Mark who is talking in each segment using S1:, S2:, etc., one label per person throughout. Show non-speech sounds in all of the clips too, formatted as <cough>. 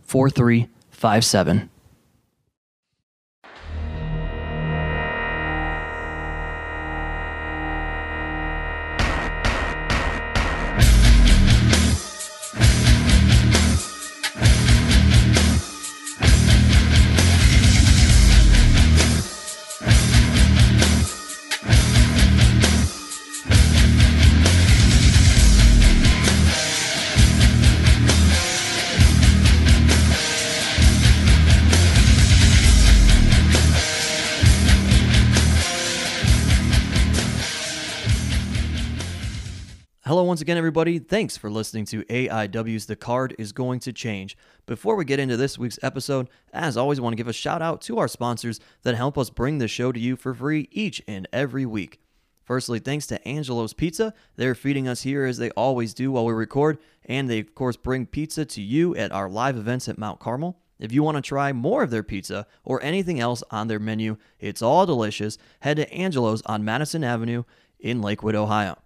S1: 4357. Hello, once again, everybody. Thanks for listening to AIW's The Card is Going to Change. Before we get into this week's episode, as always, I want to give a shout out to our sponsors that help us bring the show to you for free each and every week. Firstly, thanks to Angelo's Pizza. They're feeding us here as they always do while we record, and they, of course, bring pizza to you at our live events at Mount Carmel. If you want to try more of their pizza or anything else on their menu, it's all delicious. Head to Angelo's on Madison Avenue in Lakewood, Ohio.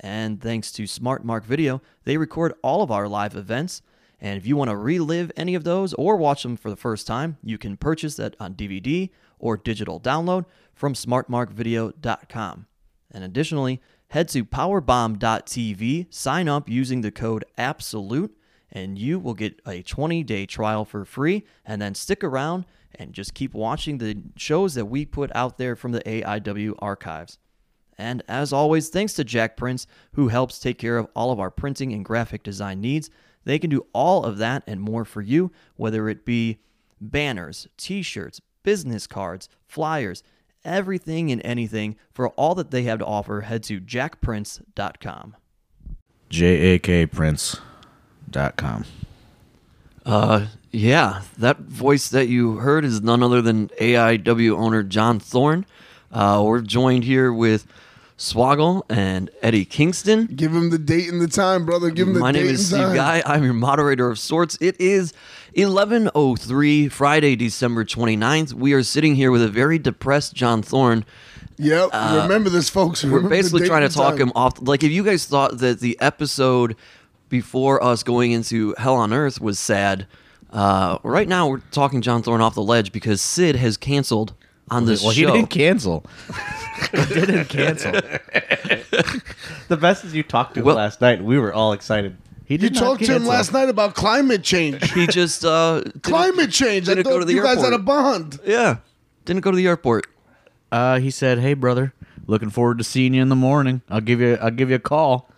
S1: And thanks to Smart Mark Video, they record all of our live events. And if you want to relive any of those or watch them for the first time, you can purchase that on DVD or digital download from smartmarkvideo.com. And additionally, head to powerbomb.tv, sign up using the code ABSOLUTE, E, and you will get a 20 day trial for free. And then stick around and just keep watching the shows that we put out there from the AIW archives. And as always, thanks to Jack Prince, who helps take care of all of our printing and graphic design needs. They can do all of that and more for you, whether it be banners, t shirts, business cards, flyers, everything and anything. For all that they have to offer, head to jackprince.com.
S2: jakprince.com.
S3: Uh, yeah, that voice that you heard is none other than AIW owner John Thorne. Uh, we're joined here with Swoggle and Eddie Kingston.
S4: Give him the date and the time, brother. Give him the
S3: My
S4: date
S3: name is
S4: and
S3: Steve
S4: time.
S3: Guy. I'm your moderator of sorts. It is 11:03 Friday, December 29th. We are sitting here with a very depressed John Thorne.
S4: Yep. Remember this, folks.
S3: uh,
S4: <laughs>
S3: We're basically trying to talk him off. Like, if you guys thought that the episode before us going into Hell on Earth was sad, uh, right now we're talking John Thorne off the ledge because Sid has canceled on this
S2: Well, he
S3: show.
S2: didn't cancel.
S5: didn't cancel. the best is you talked to him
S3: Well-
S5: last night. and We were all excited. He
S4: You
S5: did not
S4: talked to him
S5: cancel.
S4: last night about climate
S3: <laughs>
S4: change.
S3: He just uh, didn't-
S4: climate change. I
S3: didn't go to
S4: thought
S3: the
S4: you guys
S3: airport.
S4: had a bond.
S3: Yeah, didn't go to the airport.
S2: Uh, he said, "Hey, brother, looking forward to seeing you in the morning. I'll give you. I'll give you a call."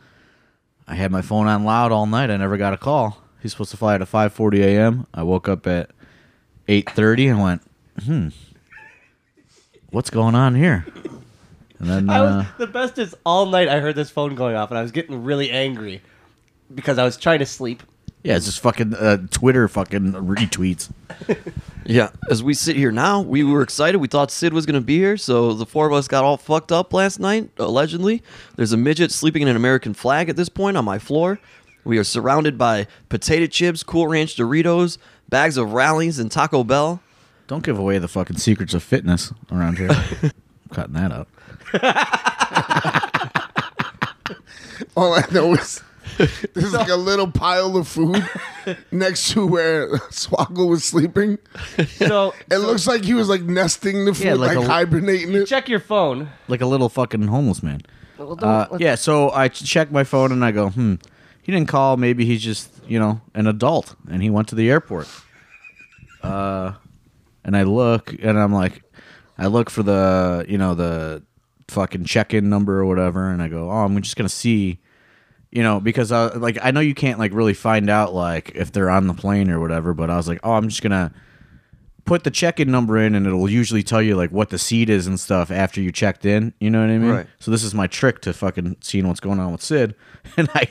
S2: I had my phone on loud all night. I never got a call. He's supposed to fly out at 5:40 a.m. I woke up at 8:30 and went, "Hmm, what's going on here?" And then
S5: I
S2: uh,
S5: was, the best is all night. I heard this phone going off, and I was getting really angry because I was trying to sleep.
S2: yeah, it's just fucking uh, Twitter fucking retweets.
S3: Yeah, as we sit here now, we were excited. We thought Sid was going to be here, so the four of us got all fucked up last night, allegedly. There's a midget sleeping in an American flag at this point on my floor. We are surrounded by potato chips, Cool Ranch Doritos, bags of rallies, and Taco Bell.
S2: Don't give away the fucking secrets of fitness around
S4: <laughs>
S2: here. I'm cutting that out.
S4: All I know
S3: <laughs>
S4: is there's like a little pile of food next to where Swoggle was sleeping.
S5: So
S4: It looks like he was like nesting the food,
S2: Yeah,
S4: like,
S2: like a-
S4: hibernating it.
S5: check your phone.
S2: like a little fucking homeless man. Uh, yeah, so I ch- check my phone and I go, hmm, he didn't call. Maybe he's just, you know, an adult and he went to the airport. Uh, and I look and I'm like, I look for the you know the fucking check-in number or whatever, and I go, oh, I'm just gonna see, you know, because I like I know you can't like really find out like if they're on the plane or whatever, but I was like, oh, I'm just gonna put the check-in number in and it'll usually tell you like what the seat is and stuff after you checked in you know what i mean
S3: Right.
S2: so this is my trick to fucking seeing what's going on with sid <laughs> and i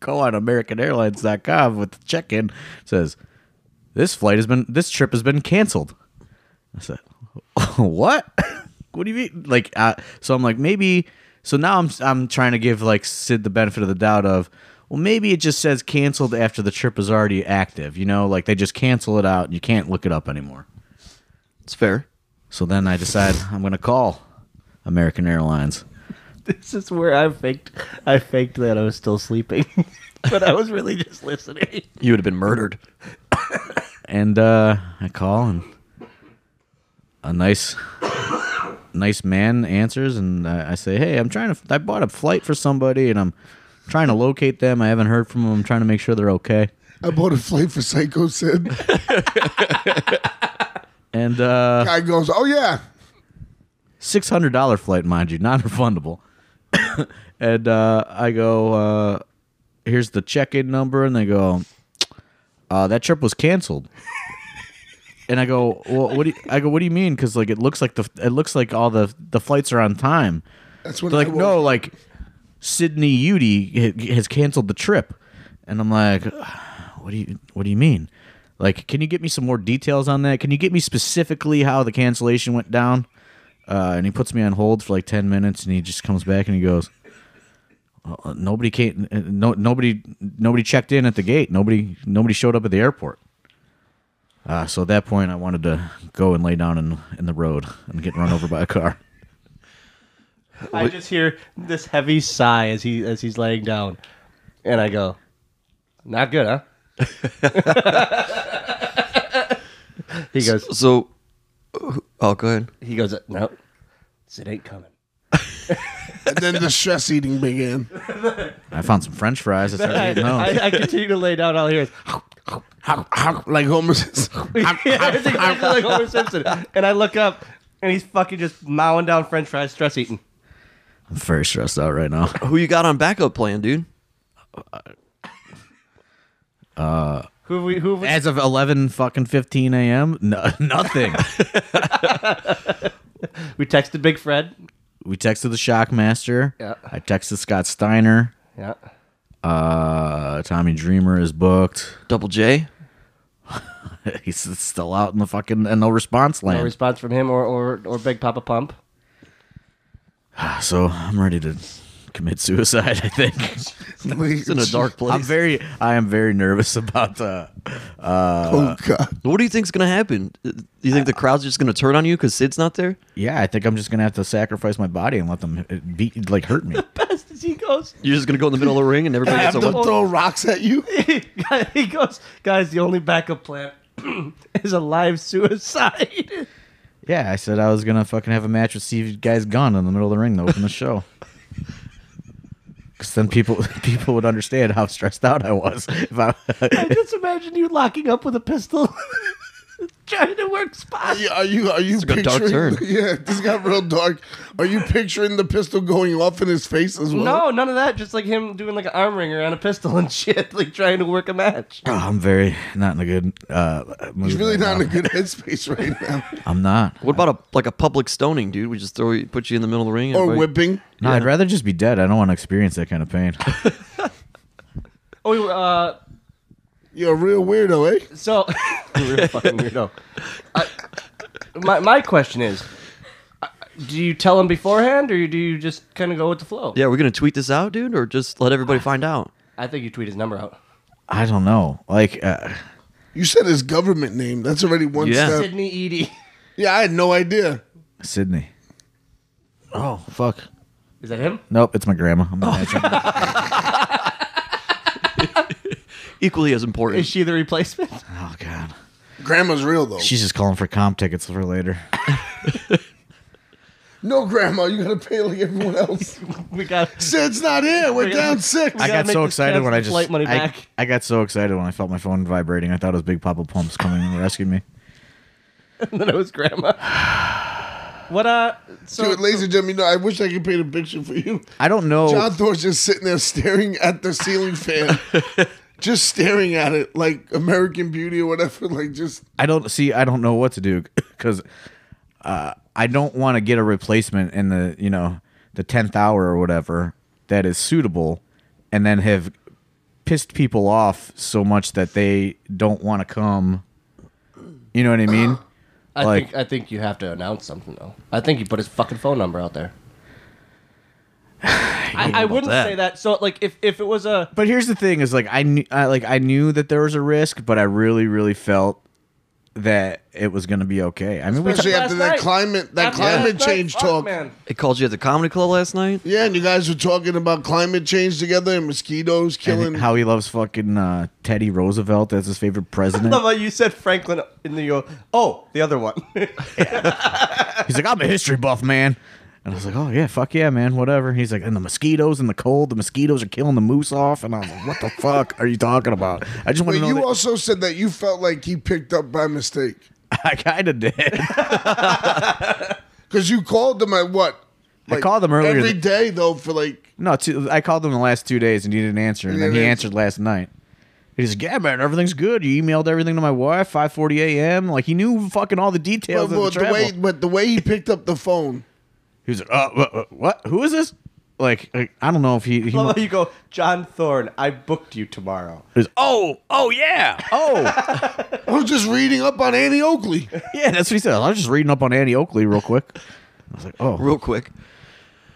S2: go on americanairlines.com with the check-in It says this flight has been this trip has been canceled i said <laughs> what <laughs> what do you mean like uh, so i'm like maybe so now i'm i'm trying to give like sid the benefit of the doubt of well maybe it just says canceled after the trip is already active you know like they just cancel it out and you can't look it up anymore
S3: It's fair.
S2: so then I decide I'm going to call American Airlines.
S5: This is where I faked. I faked that I was still sleeping, <laughs> but I was really just listening.
S3: You would have been murdered.
S2: And uh, I call, and a nice, nice man answers, and I, I say, "Hey, I'm trying to. I bought a flight for somebody, and I'm trying to locate them. I haven't heard from them. I'm trying to make sure they're okay."
S4: I bought a flight for Psycho
S3: <laughs>
S4: Sid.
S2: And uh,
S4: Guy goes, oh yeah,
S2: six hundred dollar flight, mind you, non <laughs> refundable. <coughs> and uh, I go, uh, here's the check in number, and they go, uh, that trip was canceled. <laughs> and I go, well, what do you, I go? What do you mean? Because like it looks like the it looks like all the the flights are on time.
S4: that's when
S2: They're
S4: I
S2: like,
S4: woke-
S2: no, like Sydney Udy has canceled the trip, and I'm like, "Ah, what do you what do you mean? Like, can you get me some more details on that? Can you get me specifically how the cancellation went down? Uh, and he puts me on hold for like ten minutes, and he just comes back and he goes, "Uh, nobody can't, uh, no, nobody, nobody checked in at the gate. Nobody, nobody showed up at the airport. Uh, so at that point, I wanted to go and lay down in in the road and get run over by a car.
S5: I just hear this heavy sigh as he as he's laying down, and I go, "Not good, huh?" <laughs> he goes.
S3: So, uh, oh, go ahead.
S5: He goes. No, it ain't coming.
S4: and then the stress eating
S3: <laughs>
S4: began.
S2: I found some French fries. I started eating those.
S5: <laughs> I, I continue to lay down. All I <laughs> hear is,
S4: like Homer
S3: <laughs>
S4: says,
S5: yeah, it's exactly like Homer Simpson. And I look up, and he's fucking just mowing down French fries, stress eating.
S2: I'm very stressed out right now.
S3: Who you got on backup plan, dude?
S5: Who have we? Who have
S2: <laughs>
S5: we?
S2: As of 11 fucking 15 a.m., no, <laughs> nothing.
S5: we texted Big Fred.
S2: we texted the Shockmaster.
S5: Yeah.
S2: I texted Scott Steiner.
S5: Yeah.
S2: Uh, Tommy Dreamer is booked. <laughs>
S3: Double J.
S2: He's still out in the fucking and no response
S5: No
S2: land.
S5: response from him or or, or Big Papa Pump.
S2: so I'm ready to commit suicide. <laughs> I
S5: <laughs>
S2: think
S4: it's
S3: in a dark place.
S2: I'm very, I am very nervous <laughs> about uh,
S4: Oh god,
S3: what do you think's gonna happen? Uh, You think the crowd's just gonna turn on you because Sid's not there?
S2: yeah. I think I'm just gonna have to sacrifice my body and let them uh, beat like hurt me.
S5: Best as he goes, <laughs>
S3: You're just gonna go in the middle of the ring and everybody
S4: I
S3: gets
S4: have
S3: a
S4: to
S3: one.
S4: throw rocks at you.
S5: he goes, guys. The only backup plan <clears throat> is a live <laughs> suicide.
S2: yeah, I said I was gonna fucking have a match with Steve Guy's gun in the middle of the ring to open the show. <laughs> Because then people <laughs> people would understand how stressed out I was. If I, <laughs>
S5: I just imagine you locking up with a pistol, <laughs> trying to work
S4: <laughs>
S5: spots.
S4: Yeah, Are you are you
S3: a dark
S4: picturing?
S3: turn.
S4: <laughs> Yeah, this got real dark. Are you picturing the pistol going off in his face as well?
S5: No, none of that. Just like him doing like an arm ringer on a pistol and shit, <laughs> like trying to work a match.
S2: Oh, I'm very not in a good. Uh, mood
S4: he's really
S2: right
S4: not
S2: now.
S4: in a <laughs> good headspace right now.
S2: I'm not.
S3: What about a like a public stoning, dude? We just throw you, put you in the middle of the ring. and
S4: Or
S3: everybody-
S4: whipping.
S2: No, I'd rather just be dead. I don't want to experience that kind of <laughs> pain.
S5: Oh, we were, uh,
S4: You're a real weirdo, eh?
S5: so <laughs> you're a fucking weirdo. I- my my question is, uh, do you tell him beforehand, or do you just kind of go with the flow?
S3: Yeah, we're gonna tweet this out, dude, or just let everybody find out.
S5: I think you tweet his number out.
S2: I don't know. Like, uh,
S4: You said his government name. That's already one
S3: Yeah.
S4: step.
S5: Sydney Edie.
S4: Yeah, I had no idea.
S2: Sydney. Oh fuck.
S5: <laughs> Is that him?
S2: Nope, it's my grandma. I'm
S5: <laughs>
S2: not answering.
S3: Equally as
S5: Is
S3: important.
S5: she the replacement?
S2: oh god.
S4: Grandma's real though.
S2: She's just calling for comp tickets for later.
S4: no, grandma, you gotta pay like everyone
S3: <laughs>
S4: else.
S5: <laughs> We got. <laughs>
S4: Sid's not here. We're down six.
S2: I
S5: gotta
S2: got
S5: make
S2: so
S5: this
S2: excited
S5: cancel
S2: when I just
S5: flight money
S2: I,
S5: back.
S2: I got so excited when I felt my phone vibrating. I thought it was Big Papa Pumps coming and rescuing me.
S5: and then it was grandma. What uh? So
S4: Dude, ladies and gentlemen, you know, I wish I could paint a picture for you.
S2: I don't know.
S4: John Thor's just sitting there staring at the
S2: <laughs>
S4: ceiling fan, just staring at it like American Beauty or whatever. Like, just
S2: I don't see. I don't know what to do <laughs> because uh, I don't want to get a replacement in the you know the tenth hour or whatever that is suitable, and then have pissed people off so much that they don't want to come. You know what I
S4: <clears throat>
S2: mean?
S5: I
S2: Like-
S5: think I think you have to announce something though. I think you put his fucking phone number out there. <sighs> I, I wouldn't
S1: that.
S5: say that. So like, if if it was a
S2: But here's the thing: is like I knew, I, like I knew that there was a risk, but I really, really felt that it was going to be okay. I mean, we
S4: especially
S5: Last
S4: after that
S5: night.
S4: climate, that
S5: after
S4: climate
S5: last night,
S4: change
S5: fuck,
S4: talk.
S5: man.
S3: It called you at the comedy club last night.
S4: Yeah, and you guys were talking about climate change together and mosquitoes killing.
S2: and how he loves fucking uh, Teddy Roosevelt as his favorite
S4: <laughs>
S2: president.
S5: Love how you said Franklin in the uh, oh the other one. <laughs>
S2: He's like, I'm a history buff, man. And I was like, oh, yeah, fuck yeah, man, whatever. He's like, and the mosquitoes and the cold, the mosquitoes are killing the moose off. And I was like, what the fuck are you talking about? I just want to
S4: but
S2: know.
S4: you
S2: that-
S4: also said that you felt like he picked up by mistake
S2: <laughs> I kind of did.
S4: because you called them at what?
S2: I called them earlier
S4: every
S2: th-
S4: day though for like.
S2: no, two, I called him the last two days and he didn't answer. And
S4: He
S2: then he
S4: didn't
S2: answered last night. He's like, yeah, man, everything's good. You emailed everything to my wife, 5:40 a.m. Like he knew fucking all the
S4: But,
S2: details
S4: but
S2: of the
S4: the
S2: travel.
S4: way, but the way he picked up the phone,
S2: he was like, uh, what, what, what? Who is this? Like, like, I don't know if he. he
S5: Love how you go, John Thorne. I booked you tomorrow.
S2: he's, oh, oh yeah, oh.
S4: I was just reading up on Annie Oakley.
S2: Yeah, that's what he said. I was just reading up on Annie Oakley real quick. I was like, oh,
S3: Real quick,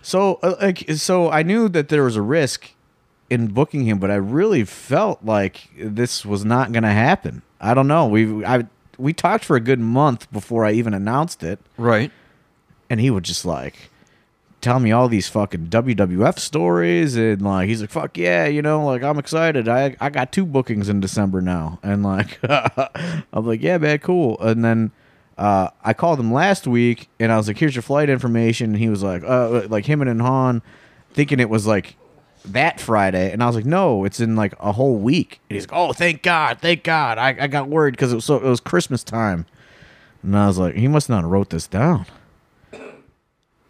S2: so uh, like, so I knew that there was a risk in booking him, but I really felt like this was not going to happen. I don't know. We I we talked for a good month before I even announced it,
S3: right?
S2: and he would just like tell me all these fucking WWF stories, and like he's like, fuck yeah, you know, like I'm excited. I I got two bookings in December now, and like <laughs> I'm like, yeah, man, cool. And then uh, I called him last week, and I was like, here's your flight information, and he was like, uh, like him and Han, thinking it was like that Friday, and I was like, no, it's in like a whole week. And he's like, oh, thank God, thank God. I, I got worried because it was so it was Christmas time. And I was like, he must not have wrote this down.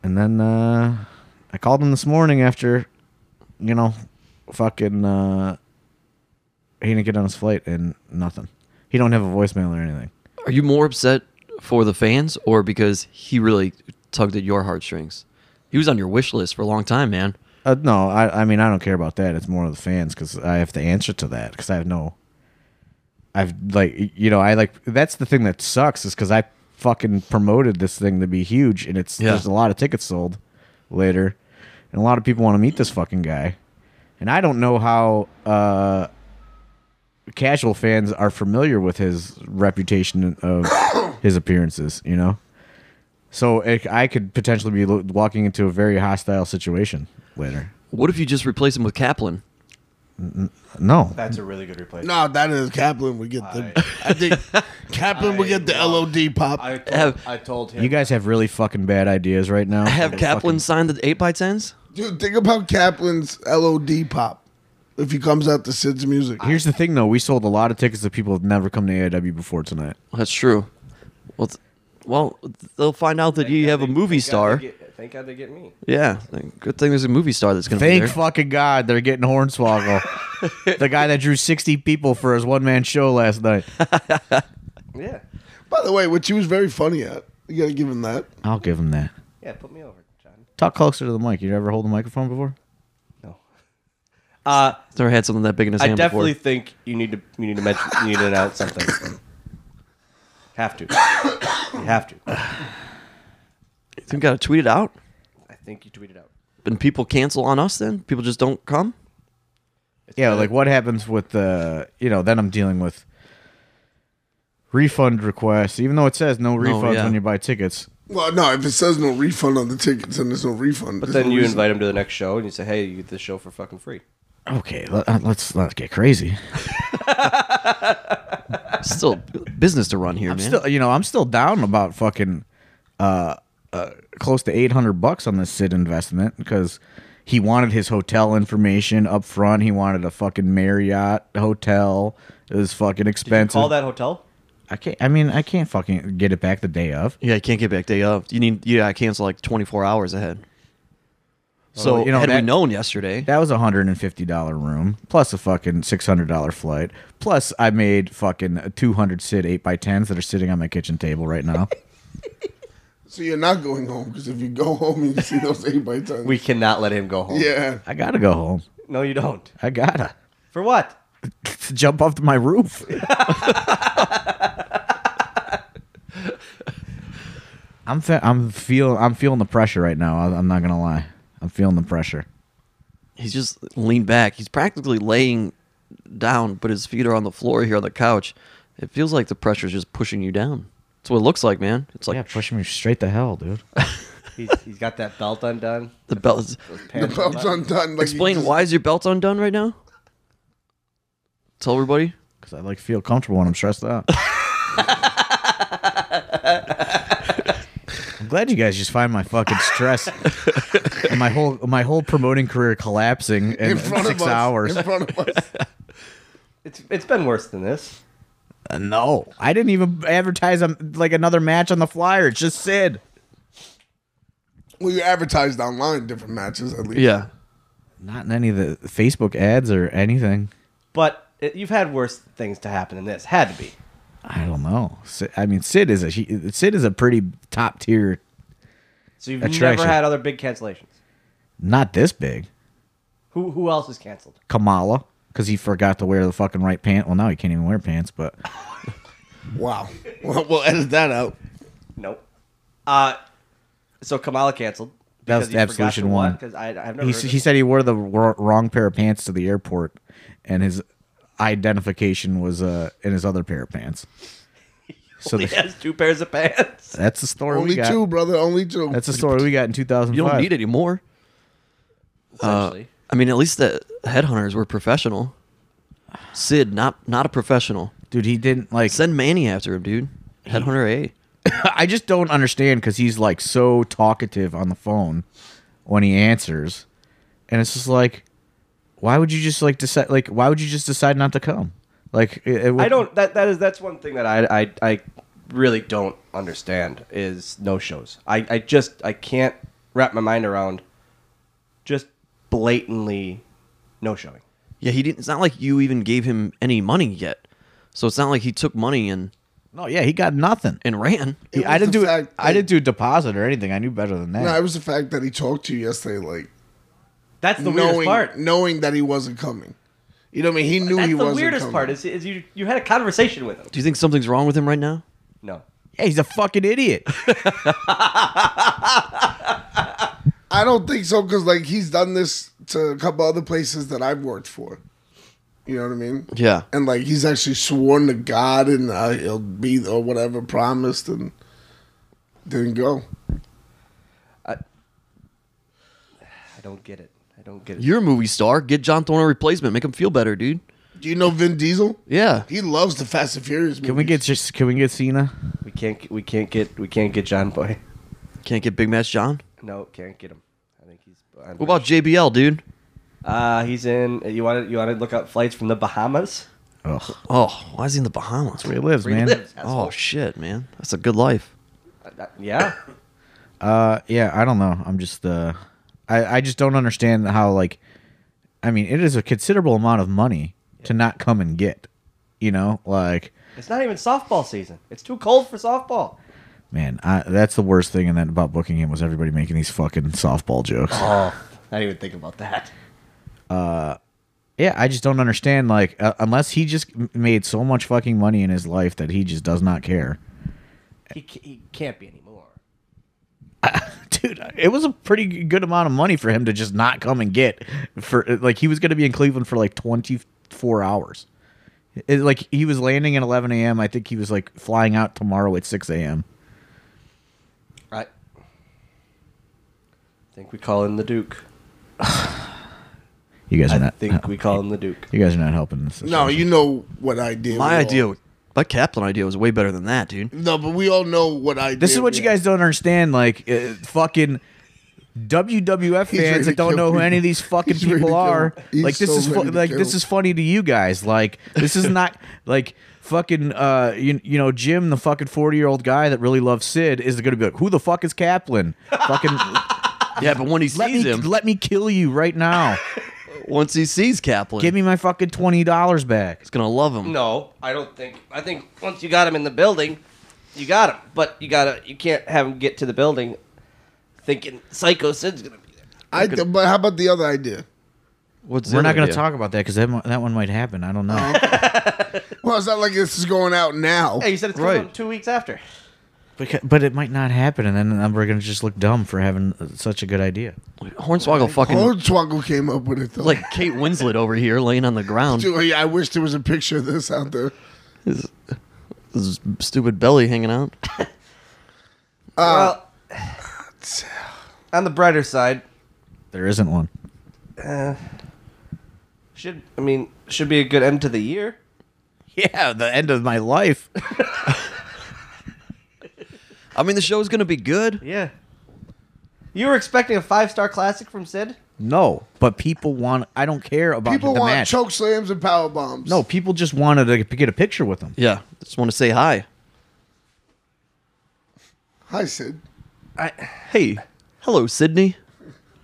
S2: And then uh, I called him this morning after, you know, fucking uh, he didn't get on his flight and nothing. He don't have a voicemail or anything.
S3: Are you more upset for the fans or because he really tugged at your heartstrings? He was on your wish list for a long time, man.
S2: Uh, no, I, I mean I don't care about that. It's more of the fans because I have to answer to that because I have no. I've like you know I like that's the thing that sucks is because I fucking promoted this thing to be huge and it's
S3: Yeah.
S2: there's a lot of tickets sold later and a lot of people want to meet this fucking guy and I don't know how uh casual fans are familiar with his reputation of his appearances you know so it, I could potentially be lo- walking into a very hostile situation later.
S3: What if you just replace him with <laughs> Kaplan?
S2: No.
S5: That's a really good replacement.
S4: No, that is Kaplan. We get the I think Kaplan. we get the LOD pop.
S5: I told,
S3: Have-
S5: I told him.
S2: You guys have really fucking bad ideas right now.
S3: Have
S2: Fucking-
S3: Kaplan sign the 8 by 10s
S4: Dude, think about Kaplan's LOD pop if he comes out to Sid's music.
S2: Here's the thing, though. We sold a lot of tickets to people who've never come to AIW before tonight.
S3: That's true. Well, th- well, they'll find out that you have a movie star.
S5: thank God they get me.
S3: Yeah, thank- good thing there's a movie star that's going to be
S2: Thank
S3: there.
S2: fucking God they're getting
S3: <laughs>
S2: Hornswoggle, the guy that drew 60 people for his one man show last night.
S5: Yeah.
S4: By the way, which he was very funny at. You gotta give him that.
S2: I'll give him that.
S5: Yeah, put me over, John.
S2: Talk closer to the mic. You ever hold the microphone before?
S5: No. Uh,
S3: Never had something that big in his
S5: I
S3: hand
S5: definitely
S3: before.
S5: think you need to you need to mention you need to announce something. Have to. you have to. I
S3: Think we got to tweet it out.
S5: think you tweeted out.
S3: And people cancel on us then? People just don't come?
S2: Yeah, like what happens with the, you know, then I'm dealing with refund requests, even though it says no refunds
S3: Oh, yeah.
S2: when you buy tickets.
S4: Well, no, if it says no refund on the tickets, then there's no refund.
S5: But
S4: There's
S5: then
S4: no
S5: you
S4: reason.
S5: invite him to the next show and you say, "Hey, you get this show for fucking free."
S2: Okay, let, uh, let's let's get crazy.
S3: Still business to run here, man.
S2: Still, you know, I'm still down about fucking uh, uh close to 800 bucks on this Sid investment because he wanted his hotel information up front. He wanted a fucking Marriott hotel. It was fucking
S5: Did you
S2: expensive.
S5: call that hotel?
S2: I can't. I mean, I can't fucking get it back the day of.
S3: Yeah, you can't get back day of. You need you gotta cancel like twenty four hours ahead. So
S2: Well, you
S3: you
S2: know,
S3: know, had we
S2: that-
S3: known yesterday,
S2: That was a hundred and fifty dollar room plus a fucking six hundred dollar flight. Plus, I made fucking two hundred sit eight by tens that are sitting on my kitchen table right
S5: <laughs>
S2: now.
S4: So you're not going home because if you go home and you see those eight by tens,
S5: We cannot let him go
S4: <laughs>
S5: home.
S4: yeah,
S2: I gotta go home.
S5: No, you don't.
S2: I gotta
S5: For what?
S2: jump off my <laughs> roof. I'm fe- I'm feel I'm feeling the pressure right now. I- I'm not gonna lie. I'm feeling the pressure.
S3: he's just leaned back. He's practically laying down, but his feet are on the floor here on the couch. It feels like the pressure's just pushing you down. That's what it looks like, man. It's like
S2: yeah, pushing me straight to hell, dude.
S5: He's, he's got that belt undone.
S3: the belt.
S2: <laughs>
S4: the
S5: pants
S4: belt's
S5: undone.
S4: undone. Like you
S3: Explain
S4: just-
S3: why is your belt undone right now? Tell everybody.
S2: Because I like feel comfortable when I'm stressed <laughs> out. I'm glad you guys just find my fucking stress and my whole my whole promoting career collapsing in,
S4: in front
S2: six
S4: of us,
S2: hours.
S4: In front of us.
S5: It's it's been worse than this.
S2: Uh, no, I didn't even advertise um, like another match on the flyer. It's just Sid.
S4: well, you advertised online different matches at least.
S3: Yeah.
S2: Not in any of the Facebook ads or anything.
S5: But it, you've had worse things to happen than this. Had to be.
S2: I don't know. Sid, I mean, Sid is a he, Sid is a pretty top tier.
S5: So you've
S2: Attraction.
S5: never had other big cancellations.
S2: Not this big,
S5: Who who else is canceled?
S2: Kamala, because he forgot to wear the fucking right pant. Well, now he can't even wear pants, but.
S4: Wow. Well, we'll edit that out.
S5: Nope. Uh, so Kamala canceled.
S2: That was
S5: because he forgot
S2: Absolution
S5: to
S2: one.
S5: what? 'Cause I, I've never
S2: He,
S5: heard
S2: s-
S5: of
S2: he
S5: it.
S2: said he wore the wr- wrong pair of pants to the airport, and his identification was uh, in his other pair of pants. So
S5: <laughs> he
S2: the-
S5: has two pairs of pants.
S2: that's the story we
S4: Only
S2: got.
S4: two, brother. Only two.
S2: That's the story we got in 2005.
S3: You don't need any more.
S2: Uh,
S5: Essentially.
S3: I mean, at least the headhunters were professional. Sid, not not a professional.
S2: dude. He didn't like.
S3: Send Manny after him, dude. Headhunter A.
S2: <laughs> I just don't understand because he's like so talkative on the phone when he answers, and it's just like, why would you just like decide? Like, why would you just decide not to come? Like, it, it,
S5: I don't. That that is that's one thing that I I, I really don't understand is no shows. I I just I can't wrap my mind around just blatantly no showing.
S3: Yeah, he didn't. It's not like you even gave him any money yet, so it's not like he took money and
S2: No, yeah, he got nothing.
S3: and ran.
S4: It
S2: I didn't
S4: was the
S2: do.
S4: fact
S2: I
S4: that-
S2: didn't do a deposit or anything. I knew better than that.
S4: No, it was the fact that he talked to you yesterday, like
S5: That's the weirdest
S4: knowing
S5: part.
S4: knowing that he wasn't coming. You know what I mean? He knew
S5: that's
S4: he
S5: the
S4: wasn't
S5: weirdest
S4: coming.
S5: part is, is you you had a conversation with him.
S3: Do you think something's wrong with him right now?
S5: No.
S2: Yeah, he's a fucking
S4: <laughs>
S2: idiot.
S4: I don't think so because like he's done this to a couple other places that I've worked for. You know what I mean?
S3: Yeah.
S4: And like he's actually sworn to God and uh, he'll be or whatever promised and didn't go.
S5: I don't get it. I don't get it.
S3: You're a movie star. Get John Thorne a replacement. Make him feel better, dude.
S4: Do you know Vin Diesel?
S3: Yeah.
S4: He loves the Fast and Furious.
S2: Can we get just? Can we get Cena?
S5: we can't get- we can't get we can't get John Boy. <laughs>
S3: Can't get Big Match John.
S5: No, can't get him. I think he's. I'm
S3: What about JBL, dude?
S5: Uh, he's in. You want to you want to look up flights from the Bahamas?
S2: Ugh,
S3: Oh, why is he in the Bahamas?
S2: where he lives,
S5: Where he
S2: man.
S5: <laughs> lives.
S3: Oh shit, man, that's a good life.
S5: Uh, yeah.
S2: Uh, yeah, I don't know. I'm just uh, I I just don't understand how like, I mean, it is a considerable amount of money to not come and get, you know, like.
S5: It's not even softball season. It's too cold for softball.
S2: Man, I, that's the worst thing in that about booking him was everybody making these fucking softball jokes.
S5: Oh, I didn't even think about that.
S2: Yeah, I just don't understand. Like, uh, unless he just m- made so much fucking money in his life that he just does not care.
S5: He, ca- he can't be anymore.
S2: dude it was a pretty good amount of money for him to just not come and get for like he was going to be in cleveland for like 24 hours It- like he was landing at 11 a.m i think he was like flying out tomorrow at 6 a.m
S5: Right. I think we call in the Duke.
S2: you guys are
S5: I
S2: not
S5: think we call in the Duke.
S2: you guys are not helping this
S4: No, you know what idea.
S3: My
S4: we all-
S3: idea, my Kaplan idea was way better than that, dude.
S4: No, but we all know what idea.
S2: this is what
S4: we
S2: you
S4: have.
S2: guys don't understand like uh, fucking WWF
S4: He's ready
S2: fans that
S4: to
S2: don't
S4: kill
S2: know who
S4: people.
S2: any of
S4: <laughs>
S2: these fucking
S4: He's ready to
S2: people
S4: kill.
S2: are
S4: He's
S2: like this
S4: so
S2: is fu-
S4: ready to
S2: like
S4: kill.
S2: this is funny to you guys like this is not like fucking uh you, you know Jim, the fucking forty year old guy that really loves Sid, is gonna be like, who the fuck is Kaplan?
S4: <laughs>
S2: Fucking
S3: Yeah, but when he
S2: let me
S3: sees him,
S2: let me kill you right now.
S3: once he sees Kaplan,
S2: Give me my fucking twenty dollars back.
S3: he's gonna love him.
S5: No, I don't think. I think once you got him in the building, you got him. But you gotta, you can't have him get to the building thinking Psycho Sid's gonna be there.
S4: I th- but how about the other idea?
S3: What's the
S2: We're not
S3: other
S2: gonna
S3: idea?
S2: talk about that because that mi- that one might happen. I don't know.
S4: Well, it's not like this is going out now.
S5: Hey, you said it's
S3: Right.
S5: coming out two weeks after.
S2: Beca- but it might not happen, and then we're gonna just look dumb for having such a good idea.
S3: Hornswoggle fucking
S4: Hornswoggle came up with it though.
S3: like Kate Winslet over here laying on the ground.
S4: Dude, yeah, I wish there was a picture of this out there.
S3: His, his stupid belly hanging out.
S5: well, <sighs> on the brighter side,
S2: There isn't one.
S5: should I mean should be a good end to the year.
S2: Yeah, the end of my life.
S3: I mean, the show is gonna be good.
S5: Yeah. You were expecting a five star classic from Sid?
S2: No, but people want. I don't care about
S4: People
S2: the
S4: want
S2: match.
S4: choke slams and power bombs.
S2: no, people just wanted to p- get a picture with them.
S3: Yeah, just want to say hi.
S4: I said
S5: I
S3: Hey, hello, Sydney.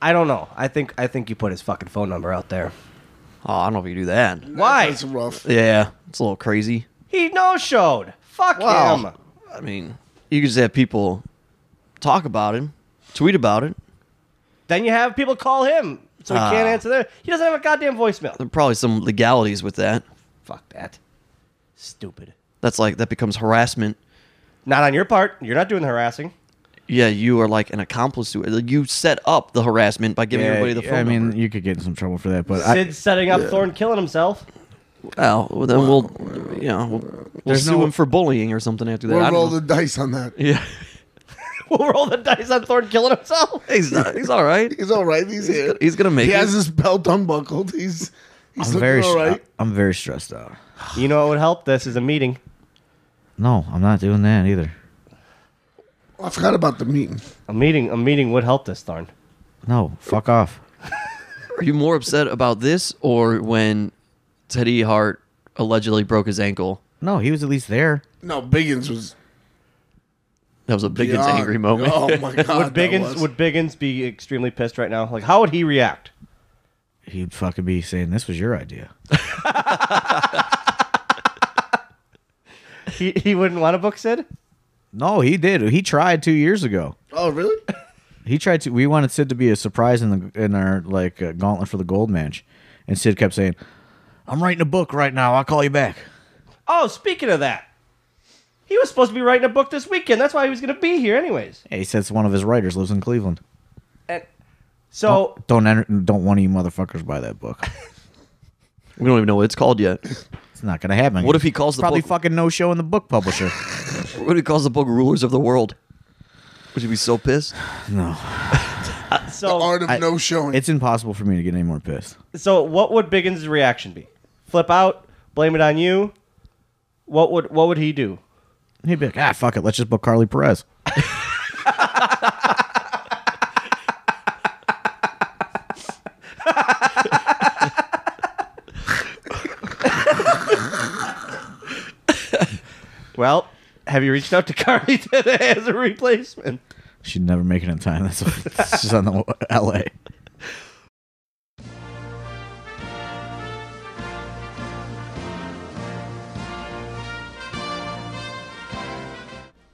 S5: I don't know. I think I think you put his fucking phone number out there.
S3: Oh, I don't know if you do that.
S5: Why?
S4: that's rough.
S3: Yeah, it's a little crazy.
S5: He no showed. Fuck him.
S3: I mean, you can just have people talk about it, tweet about it.
S5: Then you have people call him. So he can't
S3: Ah.
S5: answer there. He doesn't have a goddamn voicemail.
S3: There are probably some legalities with that.
S5: Fuck that. Stupid.
S3: That's like that becomes harassment.
S5: Not on your part. You're not doing the harassing.
S3: Yeah, you are like an accomplice to it. Like, You set up the harassment by giving everybody the phone
S2: I mean,
S3: number.
S2: you could get in some trouble for that, but I,
S5: Sid's setting up Thorn killing himself. <laughs>
S3: Well, well, then we'll, you know, we'll, we'll
S2: There's
S3: sue
S2: no-
S3: him for bullying or something after that.
S4: We'll
S3: I
S4: roll
S3: don't
S4: the
S3: know.
S4: dice on that.
S3: <laughs> yeah,
S5: We'll roll the dice on Thorn killing himself.
S3: he's not, he's all right.
S4: He's all right. He's,
S3: He's
S4: here.
S3: gonna- he's gonna make
S4: He
S3: it.
S4: has his belt unbuckled. He's he's
S2: I'm
S4: looking
S2: very,
S4: all right.
S2: I, am very stressed out.
S5: You know what would help this is a meeting.
S2: No, I'm not doing that either.
S4: I forgot about the meeting.
S5: A meeting a meeting would help this, Thorn.
S2: No, fuck off.
S3: Are you more upset about this or when Teddy Hart allegedly broke his ankle?
S2: No, he was at least there.
S4: No, Biggins was
S3: That was a big
S4: beyond-
S3: angry moment.
S4: Oh my god,
S5: Would
S4: that
S5: Biggins
S4: was.
S5: would Biggins be extremely pissed right now? Like how would he react?
S2: He'd fucking be saying, "This was your idea."
S5: He he wouldn't want to book Sid?
S2: No, he did. He tried two years ago.
S4: Oh really?
S2: He tried to. We wanted Sid to be a surprise in the in our like uh, gauntlet for the gold match, and Sid kept saying, "I'm writing a book right now. I'll call you back."
S5: Oh, speaking of that. He was supposed to be writing a book this weekend. That's why he was gonna be here anyways.
S2: Yeah, he says one of his writers lives in Cleveland.
S5: And so
S2: Don't enter, don't one of you motherfuckers buy that book.
S3: We don't even know what it's called yet.
S2: It's not gonna happen.
S3: What if he calls the
S2: probably
S3: book-
S2: fucking no show in the book publisher?
S3: What do he calls the book Rulers of the World? Would you be so pissed?
S2: no,
S5: so
S4: Art of
S2: I-
S4: no showing.
S2: it's impossible for me to get any more pissed.
S5: So what would Biggins' reaction be? Flip out, blame it on you. What would what would he do?
S2: He'd be like, ah, fuck it, let's just book Carly Perez.
S5: Well, have you reached out to Carly <laughs> today as a replacement?
S2: She'd never make it in time. That's <laughs> it's just on the L.A.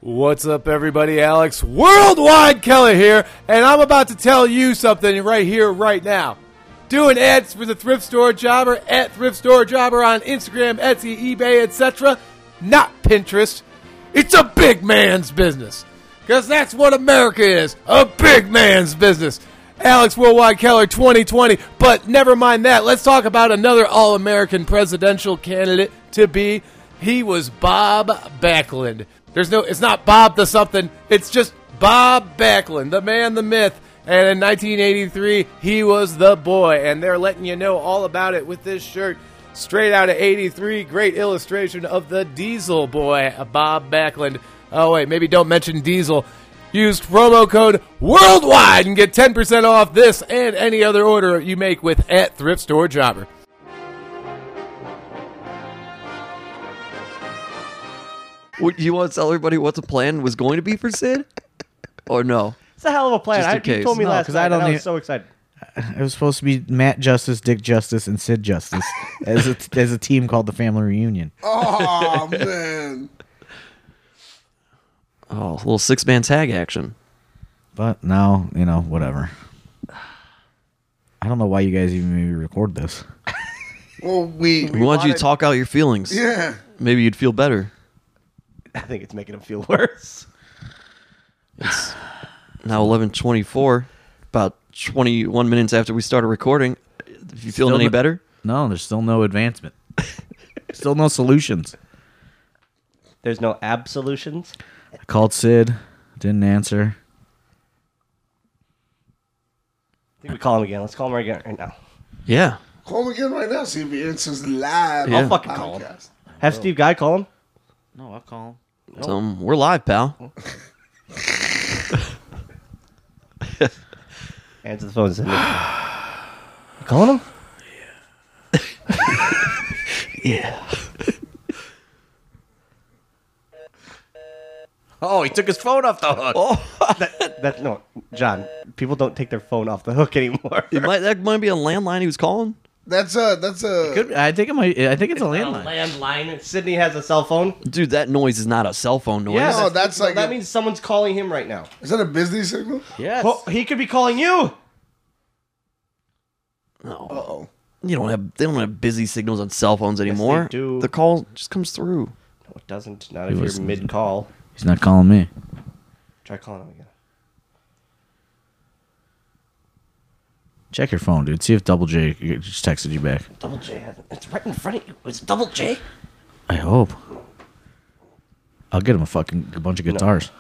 S6: What's up, everybody? Alex Worldwide Keller here, and I'm about to tell you something right here, right now. Doing ads for the thrift store jobber at thrift store jobber on Instagram, Etsy, eBay, etc. Not Pinterest. It's a big man's business. Because that's what America is a big man's business. Alex Worldwide Keller 2020. But never mind that. Let's talk about another All American presidential candidate to be. He was Bob Backlund. There's no, it's not Bob the something, it's just Bob Backlund, the man, the myth. And in 1983, he was the boy. And they're letting you know all about it with this shirt. Straight out of 83, great illustration of the Diesel Boy, Bob Backlund. Oh, wait, maybe don't mention Diesel. Use promo code WORLDWIDE and get 10% off this and any other order you make with at Thrift Store Jobber.
S3: Would you want to tell everybody what the plan was going to be for Sid, or no?
S5: It's a hell of a plan.
S3: Just in
S5: I,
S3: case.
S5: You told me
S2: No,
S5: last
S2: 'cause
S5: night,
S2: I don't e-
S5: and I
S2: need-
S5: was so excited.
S2: It was supposed to be Matt Justice, Dick Justice, and Sid Justice as a, as a team called the Family Reunion.
S4: Oh man.
S3: Oh, a little six man tag action.
S2: But now, you know, whatever. I don't know why you guys even made me record this.
S4: Well, we.
S3: We wanted you to talk out your feelings.
S4: Yeah.
S3: Maybe you'd feel better.
S5: I think it's making him feel <laughs> worse.
S3: It's
S2: <laughs>
S3: now eleven twenty four, about twenty one minutes after we started recording. If you feeling
S2: Still
S3: any
S2: no-
S3: better?
S2: No, there's still no advancement. still no solutions.
S5: There's no absolutions.
S2: I called Sid, didn't answer.
S5: I think we call him again. Let's call him right again right now.
S3: Yeah.
S4: Call him again right now. See if he answers live.
S3: Yeah.
S4: on
S5: I'll fucking call him.
S4: podcast.
S5: Have Steve Guy call him.
S2: No, I'll call him.
S3: Tell 'em um, we're live, pal.
S5: Answer the phone. Sid. You calling him? <laughs>
S2: Oh, he took his phone off the hook.
S5: Oh. <laughs> That no, John. People don't take their phone off the hook anymore.
S3: It might that might be a landline he was calling.
S4: That's a. That's a.
S2: Good. I think it might, I think it's a landline.
S5: landline. Sydney has a cell phone.
S3: Dude, that noise is not a cell phone noise.
S4: No, that's like
S5: that
S4: a-
S5: means someone's calling him right now.
S4: Is that a busy signal?
S2: Yes.
S5: Well, he could be calling you.
S3: No.
S4: Oh.
S3: You don't have they don't have busy signals on cell phones anymore.
S5: do.
S3: The call just comes through.
S5: No, it doesn't. Not
S2: He
S5: if you're
S2: listens.
S5: mid call.
S2: He's not calling me.
S5: Try calling him again.
S2: Check your phone, dude. See if Double J just texted you back.
S5: Double J hasn't. It's right in front of you. It's Double J.
S2: I hope. I'll get him a fucking bunch of guitars.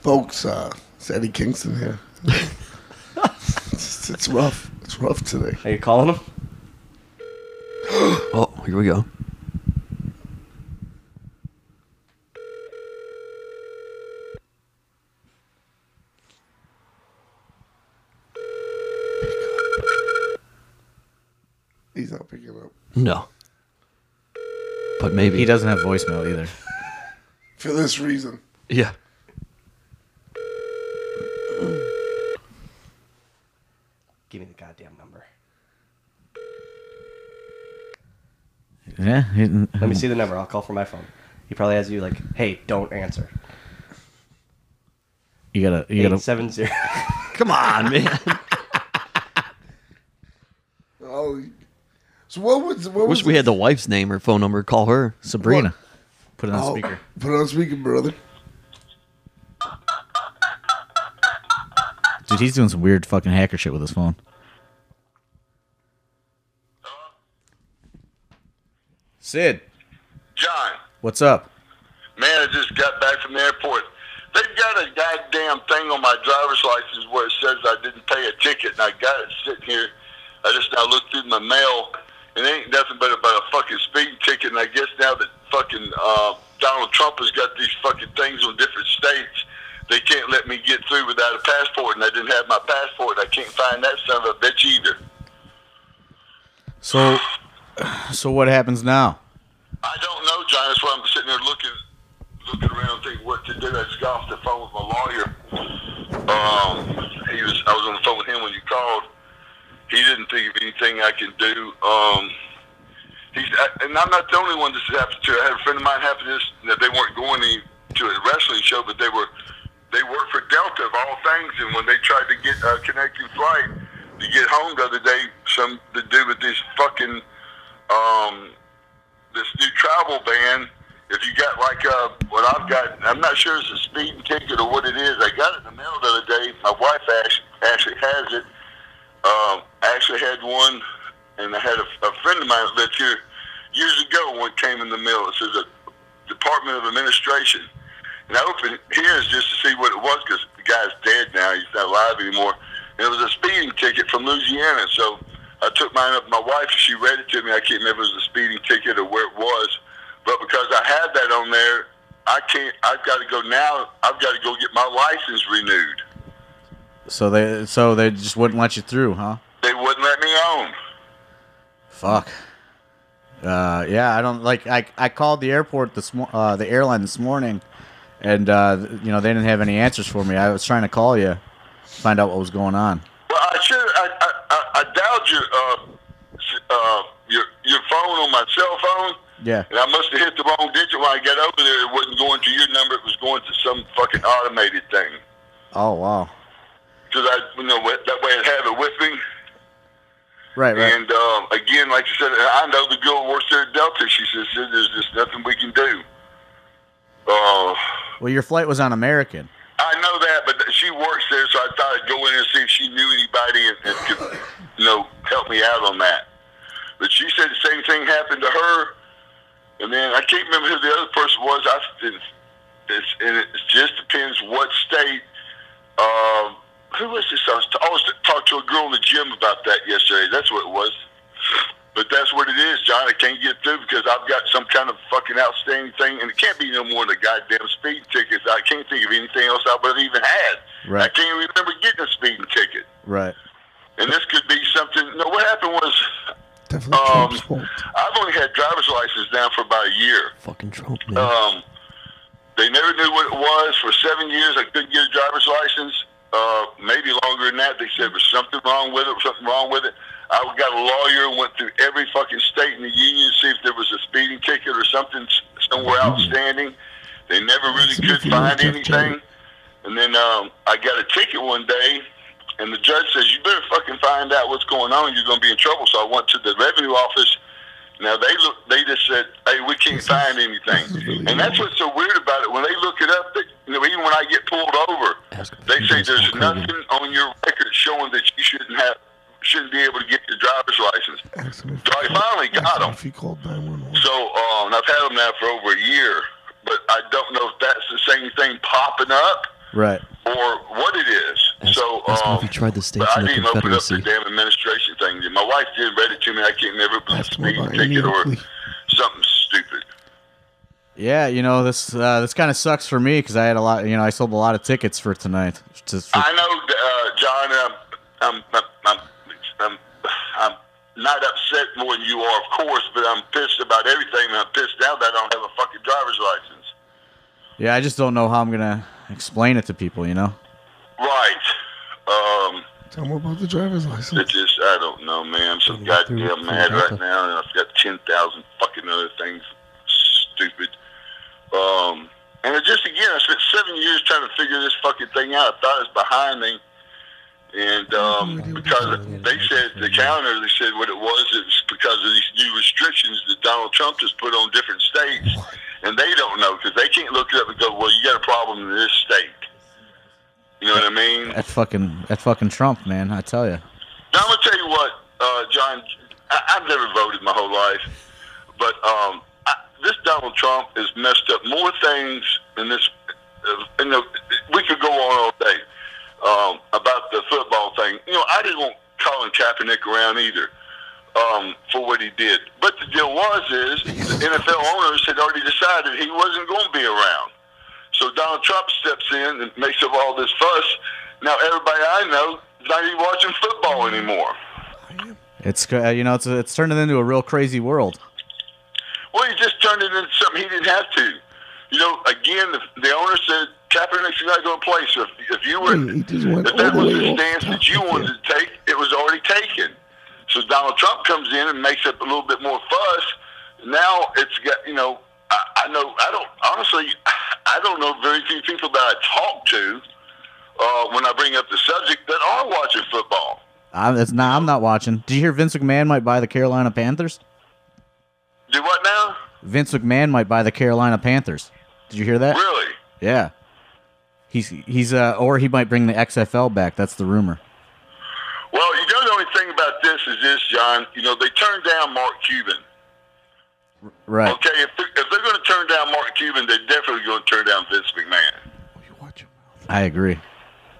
S4: Folks, uh, it's Eddie Kingston here. <laughs> it's, it's rough. It's rough today.
S5: Are you calling him?
S3: Oh, here we go.
S4: He's not picking up.
S3: No. But maybe
S2: He doesn't have voicemail either.
S4: For this reason.
S3: Yeah.
S5: Give me the goddamn number.
S2: Yeah. he didn't-
S5: Let me see the number. I'll call from my phone. He probably has you like, hey, don't answer.
S2: You gotta. You
S5: Eight
S2: gotta.
S5: seven zero.
S3: Come on, man.
S4: Oh. So what was? What
S3: <laughs> Wish
S4: was
S3: we had the wife's name or phone number. Call her.
S2: Sabrina. Put it on
S4: Oh,
S2: speaker.
S4: Put on speaker, brother.
S2: Dude, he's doing some weird fucking hacker shit with his phone. Sid,
S7: John,
S2: what's up?
S7: man, I just got back from the airport. They've got a goddamn thing on my driver's license where it says I didn't pay a ticket, and I got it sitting here. I just now looked through my mail, and it ain't nothing but about a fucking speeding ticket. And I guess now that fucking uh, Donald Trump has got these fucking things on different states, they can't let me get through without a passport, and I didn't have my passport. and I can't find that son of a bitch either.
S2: So, so what happens now?
S7: I don't know, John. That's why I'm sitting there looking, looking around, thinking what to do. I just got off the phone with my lawyer. Um, he was. I was on the phone with him when you called. He didn't think of anything I could do. Um, he's, I, and I'm not the only one this has happened to. I had a friend of mine happen to this. That they weren't going any, to a wrestling show, but they were. They worked for Delta of all things, and when they tried to get a connecting flight to get home the other day, some the dude with this fucking um, this new travel ban. If you got like uh, what I've got, I'm not sure it's a speeding ticket or what it is. I got it in the mail the other day. My wife Ash, actually has it. Um, I actually had one, and I had a, a friend of mine that lived here years ago. One came in the mail. It says a Department of Administration, and I opened his just to see what it was because the guy's dead now. He's not alive anymore. And it was a speeding ticket from Louisiana, so I took mine up. My wife, she read it to me. I can't remember if it was a speeding ticket or where it was, but because I had that on there, I can't. I've got to go now. I've got to go get my license renewed.
S2: So they, so they just wouldn't let you through, huh?
S7: They wouldn't let me on.
S2: Fuck. Uh, yeah, I don't like. I, I called the airport this mo- uh, the airline this morning, and uh, th- you know they didn't have any answers for me. I was trying to call you, find out what was going on.
S7: Well, I should. I I, I, I dialed your uh, s- uh, your your phone on my cell phone.
S2: Yeah.
S7: And I must have hit the wrong digit when I got over there. It wasn't going to your number. It was going to some fucking automated thing.
S2: Oh wow.
S7: Because I, you know, wh- that way I'd have it with me.
S2: Right, right.
S7: And um, again, like you said, I know the girl works there at Delta. She says "Sid, there's just nothing we can do. Uh,
S2: well, your flight was on American.
S7: I know that, but she works there, so I thought I'd go in and see if she knew anybody and, and could, you know, help me out on that. But she said the same thing happened to her, and then I can't remember who the other person was. I it's, it's, and it just depends what state. Um, who was this? I was I was talked to a girl in the gym about that yesterday. That's what it was. But that's what it is, John. I can't get through because I've got some kind of fucking outstanding thing, and it can't be no more than a goddamn speeding ticket. I can't think of anything else I would have even had.
S2: Right.
S7: I can't even remember getting a speeding ticket.
S2: Right.
S7: And this could be something. No, what happened was
S4: Definitely
S7: Um,
S4: Trump's fault.
S7: I've only had driver's license now for about a year.
S1: Fucking Trump, man.
S2: Uh,
S7: Um, they never knew what it was. For seven years, I couldn't get a driver's license. Uh, maybe longer than that. They said there was something wrong with it. Something wrong with it. I got a lawyer and went through every fucking state in the union to see if there was a speeding ticket or something s- somewhere outstanding. They never really could find anything. And then um, I got a ticket one day, and the judge says, "You better fucking find out what's going on. You're going to be in trouble." So I went to the revenue office. Now they look. They just said, "Hey, we can't find anything." and that's what's so weird about it. When they look it up, they, you know, even when I get pulled over,
S1: Ask him if
S7: they
S1: he
S7: say
S1: knows
S7: there's
S1: Hulk Hogan.
S7: nothing on your record showing that you shouldn't have, shouldn't be able to get your driver's license.
S4: Ask him if
S7: So I
S4: he-
S7: finally got
S4: ask him
S7: him.
S4: If he called 911.
S7: So um, I've had them now for over a year, but I don't know if that's the same thing popping up
S2: Right.
S7: or what it is.
S1: Ask-
S7: so
S1: ask him
S7: um,
S1: if he tried the states
S7: but I
S1: and the
S7: didn't open up the
S1: Confederacy.
S7: damn administration thing. My wife did read it to me. I can't remember if it was a
S4: Ask him
S7: speeding
S4: about any
S7: ticket or
S4: plea.
S7: something stupid.
S2: Yeah, you know this. Uh, this kind of sucks for me because I had a lot. You know, I sold a lot of tickets for tonight. Just for,
S7: I know, uh, John. Um, I'm, I'm, I'm, I'm, I'm not upset more than you are, of course, but I'm pissed about everything. And I'm pissed now that I don't have a fucking driver's license.
S2: yeah, I just don't know how I'm gonna explain it to people. You know.
S7: Right. Um,
S4: Tell him about the driver's
S7: it
S4: license.
S7: just, I don't know, man. I'm so
S1: Gotta walk through-
S7: goddamn
S1: through
S7: mad
S1: Delta.
S7: right now, and I've got 10,000 fucking other things. Stupid. Um, and it just, again, I spent seven years trying to figure this fucking thing out. I thought it was behind me. And um, because they said the counter, they said what it was, it was because of these new restrictions that Donald Trump has put on different states, and they don't know because they can't look it up and go, "Well, you got a problem in this state." You know what I mean?
S2: That fucking that fucking Trump, man. I tell you.
S7: Now, I'm gonna tell you what, uh, John. I, I've never voted my whole life, but um, I, this Donald Trump has messed up more things in this. Uh, in the, we could go on all day um, about the football thing. You know, I didn't want Colin Kaepernick around either um, for what he did. But the deal was is the NFL owners had already decided he wasn't going to be around. So Donald Trump steps in and makes up all this fuss. Now everybody I know is not even watching football anymore.
S2: It's uh, you know it's it's turning into a real crazy world.
S7: Well, he just turned it into something he didn't have to. You know, again, the, the owner said Kaepernick's not going to play. So if, if you were,
S4: Mm, He just went
S7: if that
S4: all the
S7: was
S4: way
S7: the
S4: off
S7: stance that you
S4: topic
S7: wanted to take, it was already taken. So Donald Trump comes in and makes up a little bit more fuss. Now it's got you know, I, I know I don't honestly, I don't know very few people that I talk to uh, when I bring up the subject that are watching football.
S2: I'm it's not I'm not watching. Did you hear Vince McMahon might buy the Carolina Panthers?
S7: Do what now?
S2: Vince McMahon might buy the Carolina Panthers. Did you hear that?
S7: Really?
S2: Yeah. He's he's uh or he might bring the XFL back. That's the rumor.
S7: Well, you know the only thing about this is this, John. You know they turned down Mark Cuban.
S2: Right.
S7: Okay, if they're, if they're going to turn down Mark Cuban, they're definitely going to turn down Vince McMahon.
S2: I agree.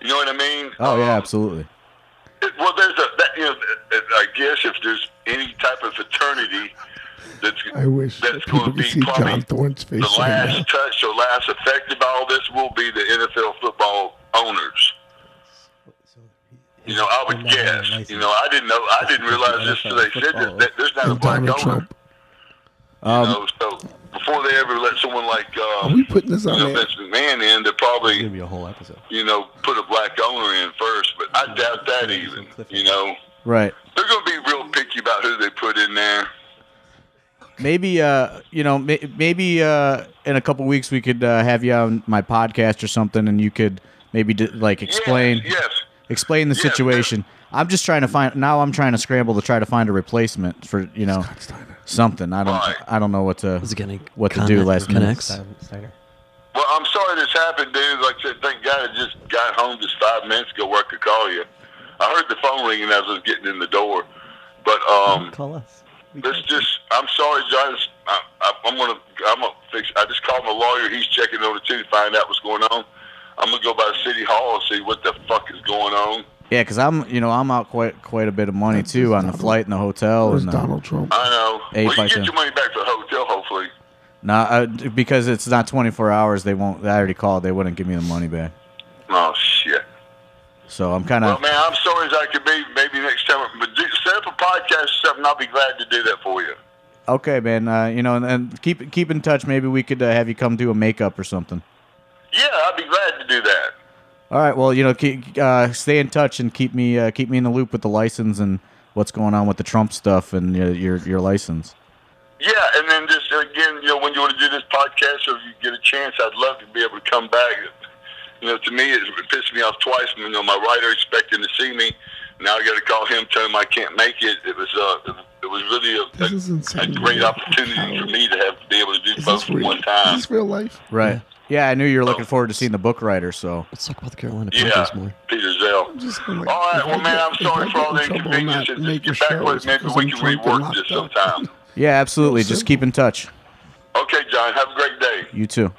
S7: You know what I mean?
S2: Oh yeah,
S7: Um,
S2: absolutely.
S7: it- well, there's a that, you know, uh, I guess if there's any type of fraternity that's
S4: I wish
S7: that's
S4: people
S7: going
S4: could
S7: to be
S4: see John
S7: probably
S4: Thorne's face.
S7: the
S4: right now.
S7: last touch or last affected by all this will be the NFL football owners. You know, I would guess. You know, I didn't know. I didn't realize this. till They said that, that there's not a
S4: And
S7: black
S4: Donald
S7: owner.
S4: Trump.
S5: Um,
S7: you know, so before they ever let someone like
S4: Are
S7: um,
S4: we putting this
S7: you know,
S4: on there?
S7: Vince McMahon in, they probably
S5: be a whole episode.
S7: you know, put a black owner in first, but I doubt that even. You know,
S2: Right.
S7: they're going to be real picky about who they put in there.
S2: Maybe uh, you know, may- maybe uh, in a couple weeks we could uh, have you on my podcast or something, and you could maybe d- like explain
S7: Yes. yes.
S2: explain the
S7: Yeah,
S2: situation. I'm just trying to find now. I'm trying to scramble to try to find a replacement for you know something. I don't
S7: Right.
S2: I don't know what to
S1: Is it getting
S2: what to do
S1: connect-
S2: last minute.
S1: connects?
S5: Steiner.
S7: Well, I'm sorry this happened, dude. Like I said, thank God I just got home just five minutes ago where I could call you. I heard the phone ringing as I was getting in the door. But um,
S1: Call us.
S7: let's just, I'm sorry, John. It's- I, I, I'm going to I'm gonna fix I just called my lawyer. He's checking on it too to find out what's going on. I'm going to go by City Hall and see what the fuck is going on.
S2: Yeah, because I'm you know I'm out quite quite a bit of money too on the flight and the hotel
S4: Where's
S2: and the,
S4: Donald Trump?
S7: I know.
S2: Hey,
S7: well, you
S2: Fleischer.
S7: get your money back for the hotel, hopefully.
S2: no uh, because it's not 24 hours. They won't. I already called. They wouldn't give me the money back.
S7: Oh shit.
S2: So I'm kind
S7: Well,
S2: of
S7: man, I'm sorry as I could be. Maybe next time, but do- set up a podcast or something. I'll be glad to do that for you.
S2: okay, man. Uh, you know, and, and keep keep in touch. Maybe we could uh, have you come do a makeup or something.
S7: Yeah, I'd be glad to do that.
S2: All right. Well, you know, keep, uh, stay in touch and keep me uh, keep me in the loop with the license and what's going on with the Trump stuff and your your, your license.
S7: Yeah, and then just again, you know, when you want to do this podcast or if you get a chance, I'd love to be able to come back. You know, to me, it pissed me off twice. You know, my writer expecting to see me. Now I got to call him, tell him I can't make it. It was uh, it was really a,
S4: This is
S7: a, a
S4: insane.
S7: great opportunity for me to have be able to do
S4: Is
S7: both
S4: this
S7: at
S4: real?
S7: one
S4: Is
S7: time.
S4: this real life?
S2: Right. Yeah, I knew you were looking forward to seeing the book writer. So
S1: Let's talk about the Carolina
S7: Yeah,
S1: Panthers more.
S7: Peter Zell.
S4: Just gonna, like,
S7: All right,
S4: if I
S7: well, man,
S4: get-
S7: I'm
S4: if
S7: sorry
S4: I
S7: for all the
S4: get in trouble, I'm
S7: inconvenience.
S4: not
S7: And
S4: making
S7: get back
S4: shows
S7: with me,
S4: because
S7: we
S4: I'm
S7: can
S4: drunk and
S7: rework
S4: locked
S7: this
S4: up.
S7: sometime.
S2: yeah, absolutely. Just keep in touch.
S7: Okay, John, have a great day.
S2: You too.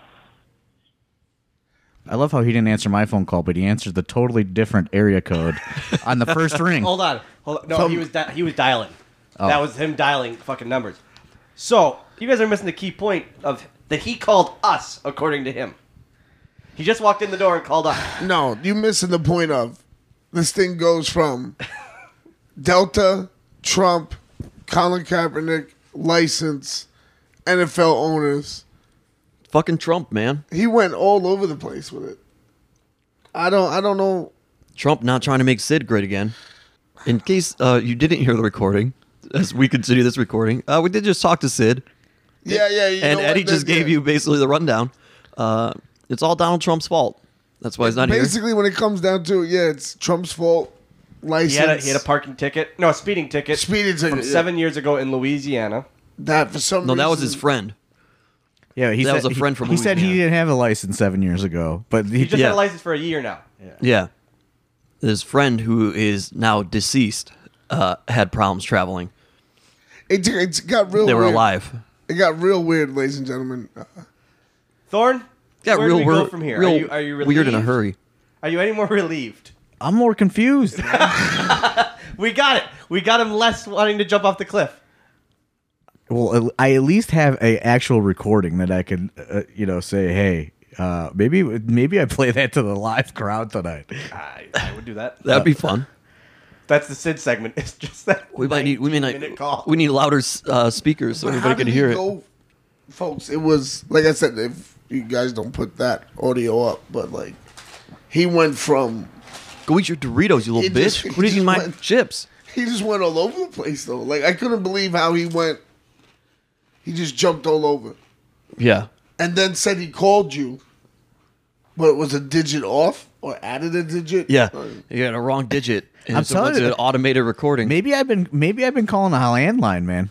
S2: I love how he didn't answer my phone call, but he answered the totally different area code on the first ring.
S6: Hold on. Hold on. No, he was di- he was dialing. That was him dialing fucking numbers. So you guys are missing the key point of that he called us, according to him. He just walked in the door and called us.
S4: No, you missing the point of this thing goes from Delta, Trump, Colin Kaepernick, license, NFL owners.
S3: Fucking Trump, man.
S4: He went all over the place with it. I don't I don't know
S3: Trump not trying to make Sid great again. In case uh, you didn't hear the recording, as we continue this recording, uh, we did just talk to Sid,
S4: Yeah, yeah, you
S3: and
S4: know
S3: Eddie
S4: what?
S3: just
S4: That-
S3: gave you basically the rundown. Uh, it's all Donald Trump's fault. That's why he's not here.
S4: Basically when it comes down to it, yeah, it's Trump's fault. License
S6: He had a, he had a parking ticket, no, a speeding ticket,
S4: Speeding ticket,
S6: from
S4: yeah.
S6: seven years ago in Louisiana.
S4: that for some
S3: No, that was
S4: reason-
S3: his friend.
S2: Yeah, he
S3: That
S2: said,
S3: was a
S2: he,
S3: friend from
S2: He said he
S3: Louisiana.
S2: didn't have a license seven years ago, but he,
S6: He just had
S3: Yeah.
S6: a license for a year now. Yeah.
S3: Yeah. His friend, who is now deceased, uh, had problems traveling.
S4: It, it got real
S3: They were
S4: weird.
S3: alive.
S4: It got real weird, ladies and gentlemen. Uh,
S6: Thorn,
S3: Got
S6: where
S3: real
S6: do we go
S3: wor-
S6: from here?
S3: real
S6: are you are you relieved?
S3: weird in a hurry.
S6: Are you any more <laughs> relieved?
S2: I'm more confused.
S6: We got it. We got him less wanting to jump off the cliff.
S2: well, I at least have a actual recording that I can, uh, you know, say, hey, uh, maybe maybe I play that to the live crowd tonight.
S6: I, I would do that.
S3: That'd be fun.
S6: That's the
S5: <laughs>
S6: Sid segment. It's just that
S3: We might need we may
S6: minute call.
S3: not, we need louder uh, speakers so
S4: But
S3: everybody
S4: how
S3: can
S4: did
S3: hear
S4: he
S3: it.
S4: go- folks. It was like I said, if you guys don't put that audio up, but like he went from
S3: Go eat your Doritos, you little
S4: He just-
S3: bitch.
S4: he <laughs>
S3: Quit
S4: just
S3: eating my
S4: went-
S3: chips.
S4: he just went all over the place though. Like I couldn't believe how he went. He just jumped all over,
S3: Yeah.
S4: and then said he called you, but it was a digit off or added a digit.
S3: Yeah.
S4: Like,
S3: You got a wrong digit.
S2: <laughs>
S3: And
S2: I'm
S3: so
S2: telling
S3: it's
S2: you
S3: an
S2: that-
S3: automated recording.
S2: Maybe I've been maybe I've been calling a landline, man,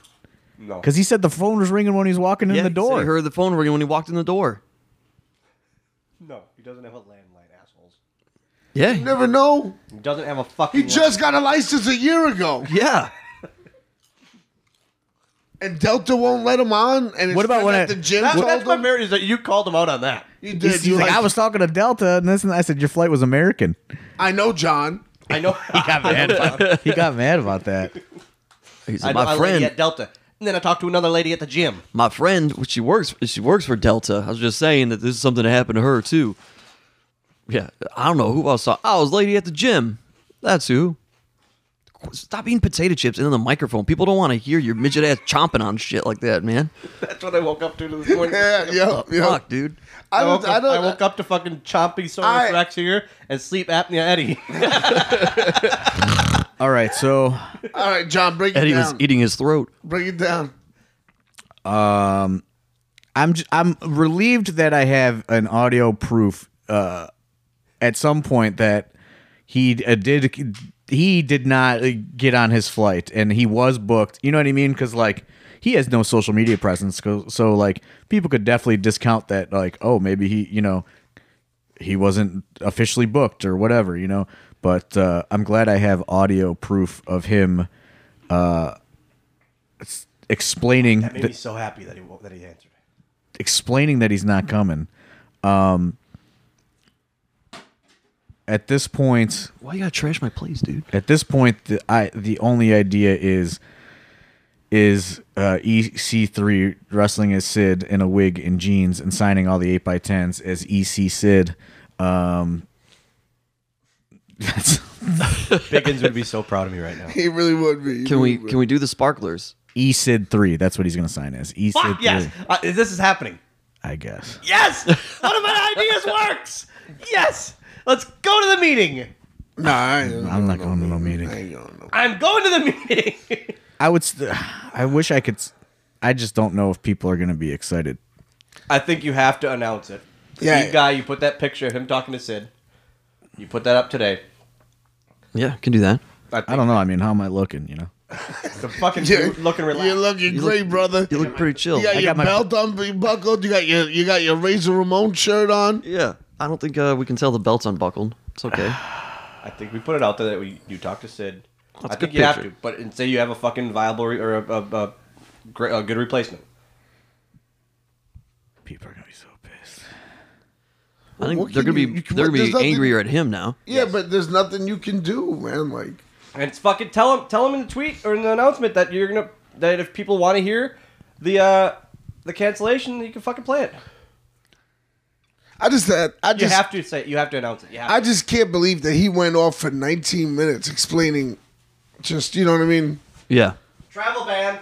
S6: no.
S2: because he said the phone was ringing when he was walking
S3: yeah,
S2: in the
S3: he said
S2: door.
S3: He heard the phone ringing when he walked in the door.
S6: No, he doesn't have a landline, assholes.
S3: Yeah.
S4: You never know.
S6: He doesn't have a fucking.
S4: He just got a license a year ago, <laughs>
S3: yeah.
S4: and Delta won't let him on. And
S2: What about when
S4: at
S2: I-
S4: the gym?
S6: That,
S4: told
S6: that's my
S4: him-
S6: memory is that you called him out on that.
S4: You did.
S2: He's, he's
S4: you
S2: like, I was talking to Delta, and this, and I said your flight was American.
S4: I know, John.
S3: <laughs>
S6: I know.
S2: He got mad. <laughs> about, he got mad about that.
S3: He's
S6: I know
S3: my
S6: a lady at
S3: friend.
S6: Delta, and then I talked to another lady at the gym.
S3: My friend, which she works she works for Delta. I was just saying that this is something that happened to her too. Oh, Yeah. I don't know who I saw. I was lady at the gym. That's who. qu- stop eating potato chips into the microphone. People don't want to hear your midget ass chomping on shit like that, man.
S5: That's what I woke up to
S4: <laughs>
S5: this morning.
S4: Yeah, yeah, yeah.
S3: Fuck, dude.
S4: I,
S5: I
S4: don't.
S5: woke,
S4: I
S5: up, I
S4: don't.
S5: woke up to fucking chompy soda
S4: I-
S5: Rex here and sleep apnea Eddie.
S2: All right, so
S4: all right, John, break it
S3: Eddie was
S4: down.
S3: eating his throat.
S4: break it down.
S2: I'm j- I'm relieved that I have an audio proof uh, at some point that he uh, did he did not uh, get on his flight and he was booked. You know what I mean? Because like he has no social media presence, co- so like people could definitely discount that. Like, oh, maybe he you know he wasn't officially booked or whatever. You know, but uh, I'm glad I have audio proof of him. Uh, s- explaining
S5: Made me so happy <laughs> that he wo- that he answered.
S2: explaining that he's not coming. Um, at this point,
S3: Why you gotta trash my place, dude?
S2: at this point, the I the only idea is is uh, EC3 wrestling as Sid in a wig and jeans and signing all the eight by tens as EC Sid. Um, that's
S5: Biggins would be so proud of me right now.
S4: He really would be. He
S3: Can
S4: really
S3: we
S4: would.
S3: can we do the sparklers?
S2: E Sid three. That's what he's gonna sign as E Sid
S5: Fuck
S2: three.
S5: yes, Uh, this is happening.
S2: I guess.
S5: Yes, one of <laughs> my ideas works. Yes, let's go to the meeting.
S4: Nah, I ain't
S2: I'm not going to no meeting.
S4: I ain't going to no.
S5: I'm going to the <laughs> meeting.
S2: I would. St- I wish I could. s- I just don't know if people are gonna be excited.
S5: I think you have to announce it.
S4: Yeah.
S5: you guy, you put that picture of him talking to Sid. You put that up today.
S3: Yeah, can do that.
S2: I don't know. I mean, how am I looking? You know.
S5: The fucking
S4: You're,
S5: dude looking relaxed.
S4: You're looking great, brother.
S3: You look pretty chill.
S4: You got
S2: I
S4: your
S2: got my-
S4: belt on, buckled. You got your you got your Razor Ramon shirt on.
S3: yeah, I don't think uh, we can tell the belt's unbuckled.
S4: <sighs>
S3: It's okay.
S5: I think we put it out there that we you talk to Sid. I
S3: a
S5: think
S3: good
S5: you have
S3: picture.
S5: to, but and say you have a fucking viable re- or a, a, a, great, a good replacement.
S2: People are gonna be so pissed.
S3: I think
S4: What
S3: they're
S4: can
S3: gonna be
S4: you- you can-
S3: they're gonna be
S4: there's nothing-
S3: angrier at him now.
S4: Yeah, but there's nothing you can do, man. Like,
S5: And it's fucking tell him tell him in the tweet or in the announcement that you're gonna that if people want to hear the uh the cancellation, you can fucking play it.
S4: I just that I
S5: You
S4: just
S5: have to say you have to announce it. You have
S4: I just can't believe that he went off for 19 minutes explaining. Just you know what I mean?
S3: Yeah,
S5: to. travel ban.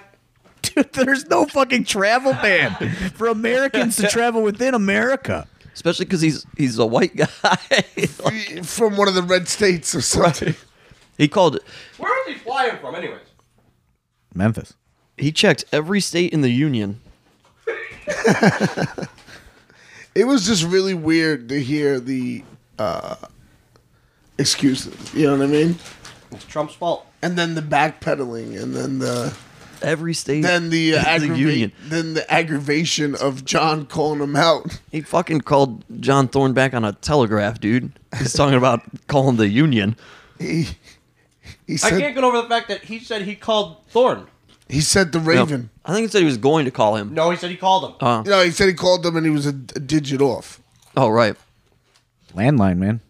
S2: Dude, there's no fucking travel ban for Americans to travel within America.
S3: especially because he's he's a white <laughs> guy.
S4: From one of the red states or something.
S3: he called.
S5: Where was he flying from, anyways?
S2: Memphis.
S3: He checked every state in the union.
S4: It was just really weird to hear the uh, excuses. You know what I mean?
S5: It's Trump's fault.
S4: And then the backpedaling, and then the
S3: Every state.
S4: then the,
S3: <laughs>
S4: uh,
S3: in
S4: aggrava-
S3: the union.
S4: then the aggravation of John calling him out.
S3: He fucking called John Thorne back on a telegraph, dude. He's talking <laughs> about calling the union.
S4: He he
S5: I
S4: said
S5: can't get over the fact that he said he called Thorne.
S4: he said the
S3: No,
S4: Raven.
S3: I think he said he was going to call him.
S5: No, he said he called him.
S3: Uh,
S4: No, he said he called them and he was a, a digit off.
S3: oh right.
S2: Landline, man.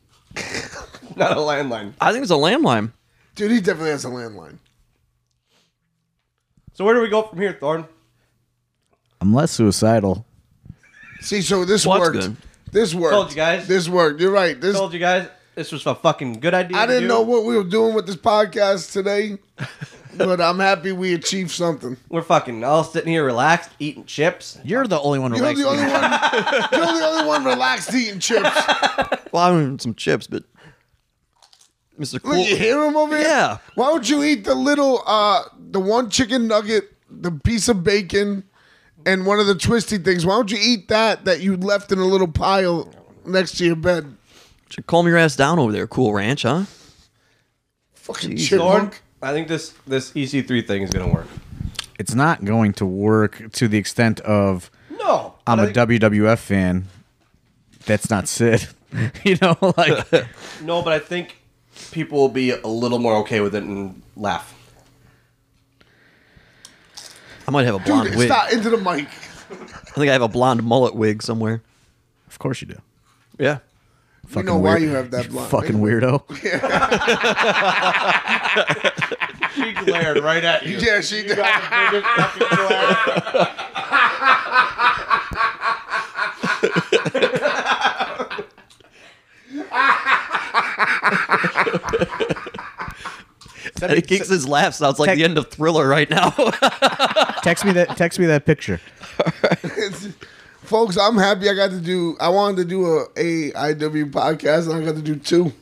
S5: Not a landline.
S3: I think it's a landline.
S4: Dude, he definitely has a landline.
S5: So where do we go from here, Thorne?
S2: I'm less suicidal.
S4: See, so this
S3: Well, that's
S4: worked.
S3: good.
S4: This worked.
S5: Told you guys.
S4: This worked. You're right. This
S5: Told you guys this was a fucking good idea.
S4: I
S5: to
S4: didn't
S5: do.
S4: know what we were doing with this podcast
S3: <laughs>
S4: today, but I'm happy we achieved something.
S5: We're fucking all sitting here relaxed, eating chips.
S2: You're the only one who
S4: You're
S2: likes
S4: the
S3: <laughs>
S4: only
S2: me.
S4: one. You're the only one relaxed eating chips.
S3: Well, I wanted some chips, but Mr. Cool.
S4: Look, you hear him over here.
S3: Yeah.
S4: Why would you eat the little, uh, the one chicken nugget, the piece of bacon, and one of the twisty things? Why don't you eat that that you left in a little pile next to your bed?
S3: Should calm your ass down over there, Cool
S2: <laughs>
S3: Ranch, huh?
S4: Fucking
S3: Jeez.
S5: Thorne,
S4: chipmunk.
S5: I think this this EC3 thing is gonna work.
S2: It's not going to work to the extent of
S5: No,
S2: I'm
S5: a
S2: a WWF fan. That's not Sid. you know, like
S5: No, but I think people will be a little more okay with it and laugh.
S3: I might have a blonde
S4: Dude,
S3: wig.
S4: stop into the mic.
S3: I think I have a blonde mullet wig somewhere.
S2: of course you do.
S3: Yeah.
S4: We
S2: Fucking
S4: know why
S2: weird-
S4: you have that blonde.
S2: Fucking weirdo.
S5: She glared right at you.
S4: Yeah, she <laughs> did.
S1: Eddie Kingston's laugh sounds like
S2: Tech-
S1: the end of Thriller right now. <laughs>
S2: Text me that. Text me that picture.
S4: Folks, I'm happy I got to do. I wanted to do a AIW podcast, and I got to do two.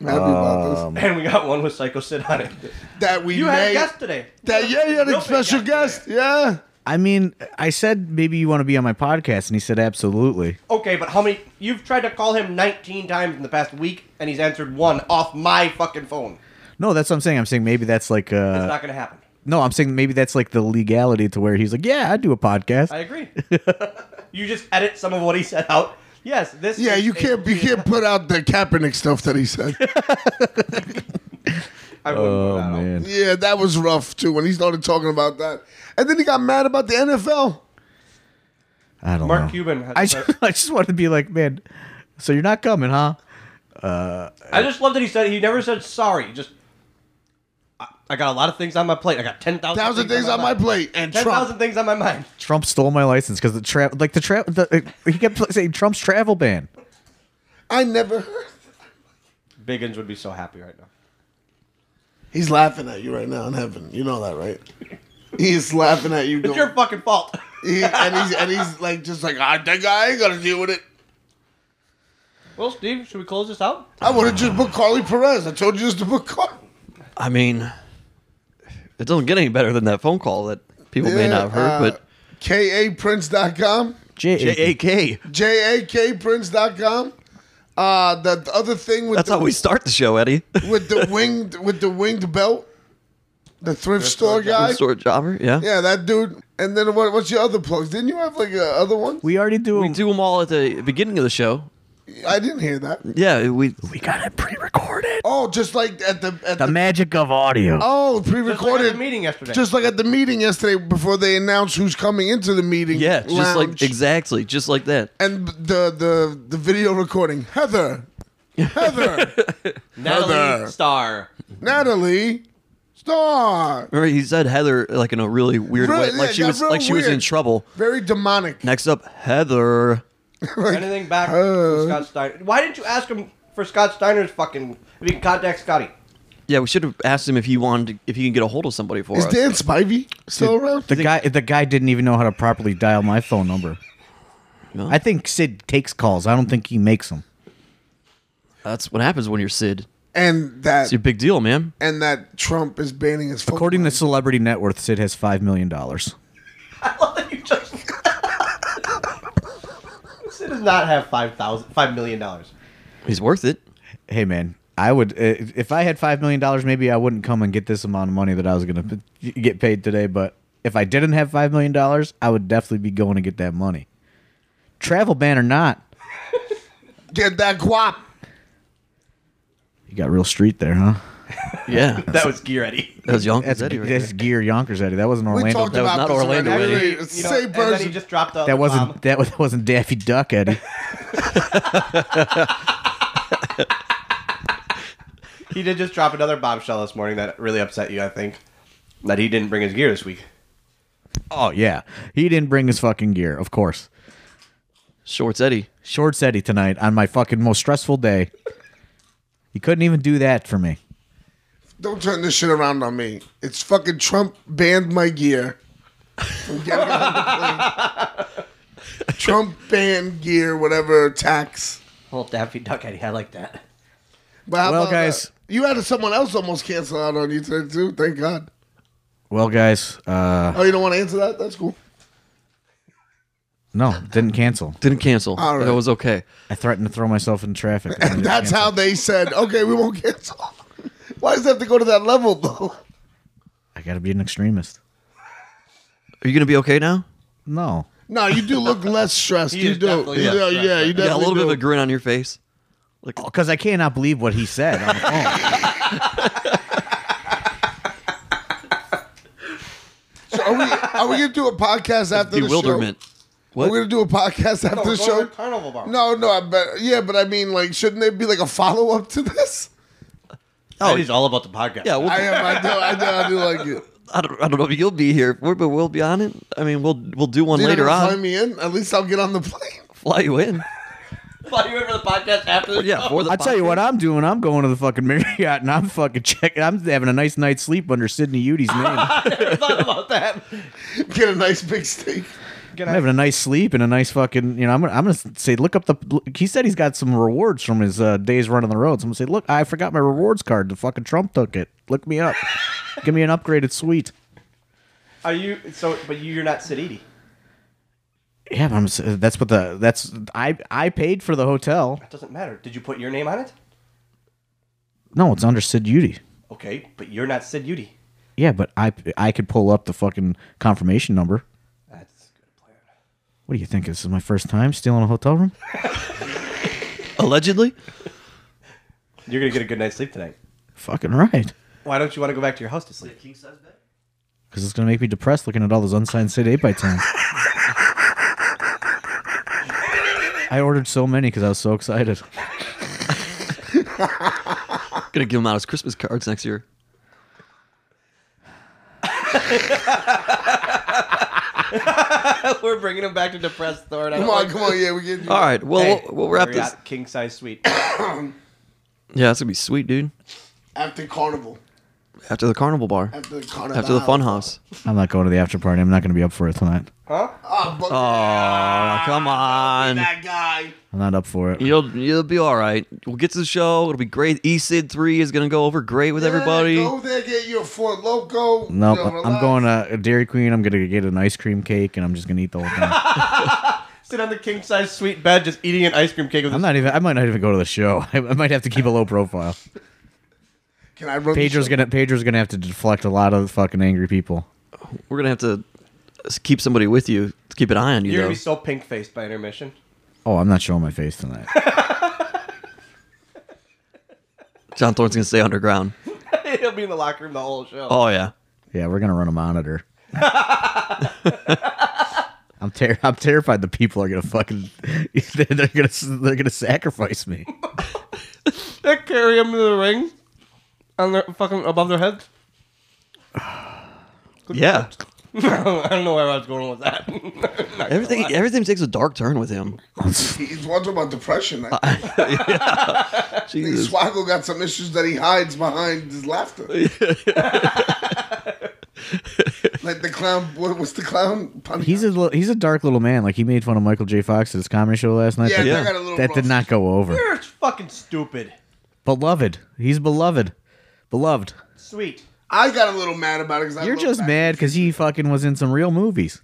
S4: I'm happy about
S2: Um,
S4: this.
S5: and we got one with Psycho Sid on it.
S4: That we
S5: You had a
S4: may.
S5: guest today.
S4: that yeah, you had
S5: Real
S4: a
S5: big
S4: special
S5: guest
S4: guest. Yeah,
S2: I mean, I said maybe you want to be on my podcast, and he said absolutely.
S5: Okay, but how many? You've tried to call him 19 times in the past week, and he's answered one off my fucking phone.
S2: No, that's what I'm saying. I'm saying maybe that's like.
S5: That's
S2: Uh,
S5: not gonna happen.
S2: no, I'm saying maybe that's like the legality to where he's like, yeah, I do a podcast.
S5: I agree. <laughs> you just edit some of what he said out. Yes, this.
S4: yeah.
S5: is
S4: You
S5: a-
S4: can't you can't put out the Kaepernick stuff that he said.
S5: I wouldn't put
S2: oh
S5: that out.
S2: man,
S4: <laughs> yeah, that was rough too when he started talking about that, and then he got mad about the NFL.
S2: I don't know.
S5: Mark Cuban. Has,
S2: I just, <laughs> I just wanted to be like, man. So you're not coming, huh?
S5: I just love that he said he never said sorry. Just I, I got a lot of things on my plate. I got ten thousand
S4: Thousand things on my plate, and
S5: Ten
S4: Trump.
S5: thousand things on my mind.
S2: Trump stole my license because the travel, like the travel, the, he kept saying Trump's travel ban.
S4: I never. heard.
S5: Biggins would be so happy right now.
S4: He's laughing at you right now in heaven. You know that, right? He is laughing at you.
S5: It's
S4: going-
S5: your fucking
S4: <laughs>
S5: fault.
S4: He- and he's and he's like just like I think I ain't gonna deal with it.
S5: well, Steve, should we close this out?
S4: I would have just booked Carly Perez. I told you just to book Carly.
S1: I mean, it doesn't get any better than that phone call that people may not have heard, but
S4: kaprince.com,
S2: J.
S1: JAK.
S4: jakprince.com. Uh, the, the other thing with
S1: That's
S4: the,
S1: how we start the show, Eddie. <laughs>
S4: with the winged with the winged belt, the thrift, store, guy.
S1: Short jobber, yeah.
S4: Yeah, that dude. And then what, what's your other plugs? Didn't you have like a other one?
S2: We already do.
S1: We do them all at the beginning of the show.
S4: I didn't hear that.
S1: Yeah, we
S2: we got it pre-recorded.
S4: Oh, just like at the at the,
S2: The magic of audio.
S4: oh
S5: Just like at
S4: pre-recorded
S5: the meeting yesterday.
S4: Just like at the meeting yesterday before they announced who's coming into the meeting.
S1: yeah, just
S4: lounge.
S1: like exactly, just like that.
S4: and the the the video recording. Heather,
S1: <laughs>
S4: Heather,
S5: Natalie
S4: Heather. <laughs>
S5: Star.
S4: Natalie, Star.
S1: Remember, he said Heather like in a really weird
S4: Real-
S1: way, like
S4: yeah,
S1: she
S4: yeah,
S1: was
S4: real
S1: like she was in
S4: weird.
S1: trouble.
S4: Very demonic.
S1: Next up, Heather.
S5: Anything back
S4: uh,
S5: from Scott Steiner? Why didn't you ask him for Scott Steiner's fucking? If you can contact Scotty. <laughs>
S1: Yeah, we should have asked him if he wanted to, if he can get a hold of somebody for
S4: Is
S1: us.
S4: Dan Spivey still around?
S2: the guy, the guy didn't even know how to properly dial my phone number. I think Sid takes calls. I don't think he makes them.
S1: That's what happens when you're Sid.
S4: And that
S1: It's a big deal, man.
S4: and that Trump is banning his. phone
S2: According to
S4: line.
S2: Celebrity Net Worth, Sid has five million dollars.
S5: I love that you just. <laughs> Sid does not have five thousand, five million dollars.
S1: He's worth it.
S2: Hey man, I would uh, if I had five million dollars, maybe I wouldn't come and get this amount of money that I was gonna p- get paid today. But if I didn't have five million dollars, I would definitely be going to get that money. Travel ban or not,
S4: get that guap.
S2: you got real street there, huh?
S1: <laughs> Yeah,
S5: That was gear Eddie.
S1: that was young.
S2: That's
S1: Eddie right
S2: that's gear Yonkers Eddie. That wasn't
S4: We
S2: Orlando.
S4: talked
S1: That was not
S4: about this
S1: Orlando,
S4: already.
S1: Eddie.
S4: It's
S5: You know,
S4: Same
S5: and then he
S4: person.
S5: just dropped out.
S2: that
S5: the
S2: wasn't
S5: bomb.
S2: that was that wasn't Daffy Duck Eddie.
S5: He did just drop another bombshell this morning that really upset you, I think. That he didn't bring his gear this week.
S2: <laughs> oh yeah, he didn't bring his fucking gear, of course.
S1: Shorts Eddie.
S2: Shorts Eddie tonight on my fucking most stressful day. He couldn't even do that for me.
S4: Don't turn this shit around on me. It's fucking Trump banned my gear. From getting on
S1: <laughs>
S4: the plane. Trump banned gear, whatever tax.
S5: Well, Daffy Duck Eddie, I like that.
S4: But how
S2: Well,
S4: about that?
S2: guys-
S4: you had someone else almost cancel out on you today too. Thank God.
S2: Well, guys,
S1: Ah.
S2: uh,
S4: Oh, you don't want to answer that? That's cool.
S2: no, didn't cancel.
S1: Didn't cancel.
S4: All right.
S1: That was okay.
S2: I threatened to throw myself in traffic.
S4: <laughs> And that's how they said, okay, we won't cancel. <laughs> Why does it have to go to that level though?
S2: I gotta be an extremist.
S1: Are you gonna be okay now?
S2: No,
S4: No, you do <laughs> look less stressed.
S5: He
S4: you
S5: is
S4: do.
S5: definitely
S4: yeah,
S5: less
S4: yeah,
S5: stressed
S4: you
S5: right
S4: definitely
S1: Yeah, a little
S4: do.
S1: bit of a grin on your face.
S2: because Oh, I cannot believe what he said on the
S4: <laughs>
S2: phone.
S4: So are we are we gonna do a podcast after
S1: Bewilderment.
S4: the show? We're gonna do a podcast after the show.
S5: Carnival Bar.
S4: No, no, I bet. Yeah, but I mean, like, shouldn't there be like a follow up to <laughs> this?
S1: Oh,
S5: Eddie's all about the podcast.
S1: Yeah, we'll,
S4: I
S1: I,
S4: am. I do. I do. I do like it.
S1: don't, I don't know if you'll be here, but we'll- we'll be on it. I mean, we'll we'll do one
S4: You're not
S1: later
S4: gonna
S1: on.
S4: fly me in. At least I'll get on the plane.
S1: Fly you in.
S5: Fly you in for the podcast after this?
S3: Yeah, for the
S2: I tell you
S3: podcast.
S2: what I'm doing. I'm going to the fucking Marriott and I'm fucking checking. I'm having a nice night's sleep under Sidney Udy's name.
S4: <laughs>
S2: I'm
S5: <laughs> thought about that.
S4: <laughs> Get a nice big steak.
S2: having a nice sleep and a nice fucking. You know, I'm gonna, I'm gonna say look up the. look- He said he's got some rewards from his uh, days running the roads. I'm gonna say look, I forgot my rewards card. The fucking Trump took it. Look
S4: <laughs>
S2: me up. Give me an upgraded suite.
S5: Are you so? But you, you're not Sadidi.
S2: Yeah, but I'm, s- that's what the that's I I paid for the hotel.
S5: Doesn't matter. Did you put your name on it?
S2: No, it's under Sid Udy.
S5: Okay, but you're not Sid Udy.
S2: Yeah, but I I could pull up the fucking confirmation number.
S5: That's a good plan.
S2: What do you think? This is my first time stealing a hotel room. <laughs>
S3: Allegedly,
S5: You're gonna get a good night's sleep tonight.
S2: Fucking right.
S5: Why don't you want to go back to your house to sleep?
S2: Because it's gonna make me depressed looking at all those unsigned Sid eight by tens. <laughs> I ordered so many because I was so excited.
S3: gonna give them out as Christmas cards next year.
S5: <laughs> We're bringing him back to depressed Thor.
S4: Come on, come on, yeah, we get you.
S3: All right, well, we'll, we'll wrap this.
S5: King size suite.
S3: Yeah, that's gonna be sweet, dude.
S4: after carnival,
S3: After the carnival bar,
S4: after the carnival,
S3: after the fun house.
S2: I'm not going to the after party. I'm not gonna be up for it tonight.
S4: Ah, but
S3: Oh, come on.
S4: that guy.
S2: I'm not up for it.
S3: You'll you'll be all right. We'll get to the show. It'll be great. ESID three is gonna go over great with everybody.
S4: Yeah, go there, get your four
S2: No,
S4: loco. you know,
S2: I'm
S4: relax.
S2: going to Dairy Queen. I'm gonna get an ice cream cake and I'm just gonna eat the whole thing.
S5: <coughs> Sit on the king size suite bed, just eating an ice cream cake with
S2: I'm not even. I might not even go to the show. <laughs> I, I might have to keep a low profile.
S4: Can I run? the
S2: Pedro's
S4: show?
S2: gonna. Pedro's gonna have to deflect a lot of fucking angry people.
S3: We're gonna have to s- keep somebody with you to keep an eye on you,
S5: You're
S3: though.
S5: gonna be so pink faced by intermission. <laughs>
S2: Oh, I'm not showing my face tonight.
S3: John Thorne's gonna stay underground.
S5: He'll be in the locker room the whole show.
S3: Oh yeah,
S2: yeah, we're gonna run a monitor. I'm ter- I'm terrified the people are gonna fucking. <laughs> They're, they're gonna. They're gonna sacrifice me.
S5: They carry him to the ring, on their fucking above their heads. <laughs>
S3: yeah.
S5: I don't know where I was going with that. <laughs>
S3: Everything everything takes a dark turn with him.
S4: He's wondering about depression. I think
S3: Jesus.
S4: Swaggle got some issues that he hides behind his laughter.
S3: <laughs>
S4: like the clown. What was the clown? Pun-
S2: He's a li- he's a dark little man. Like he made fun of Michael J. Fox at his comedy show last night.
S4: yeah,
S2: That,
S4: I got a little.
S2: that did
S4: rough.
S2: not go over.
S5: You're fucking stupid.
S2: Beloved, he's beloved, beloved.
S5: Sweet.
S4: I got a little mad about it. Cause I
S2: You're
S4: look
S2: just
S4: back.
S2: mad because he fucking was in some real movies.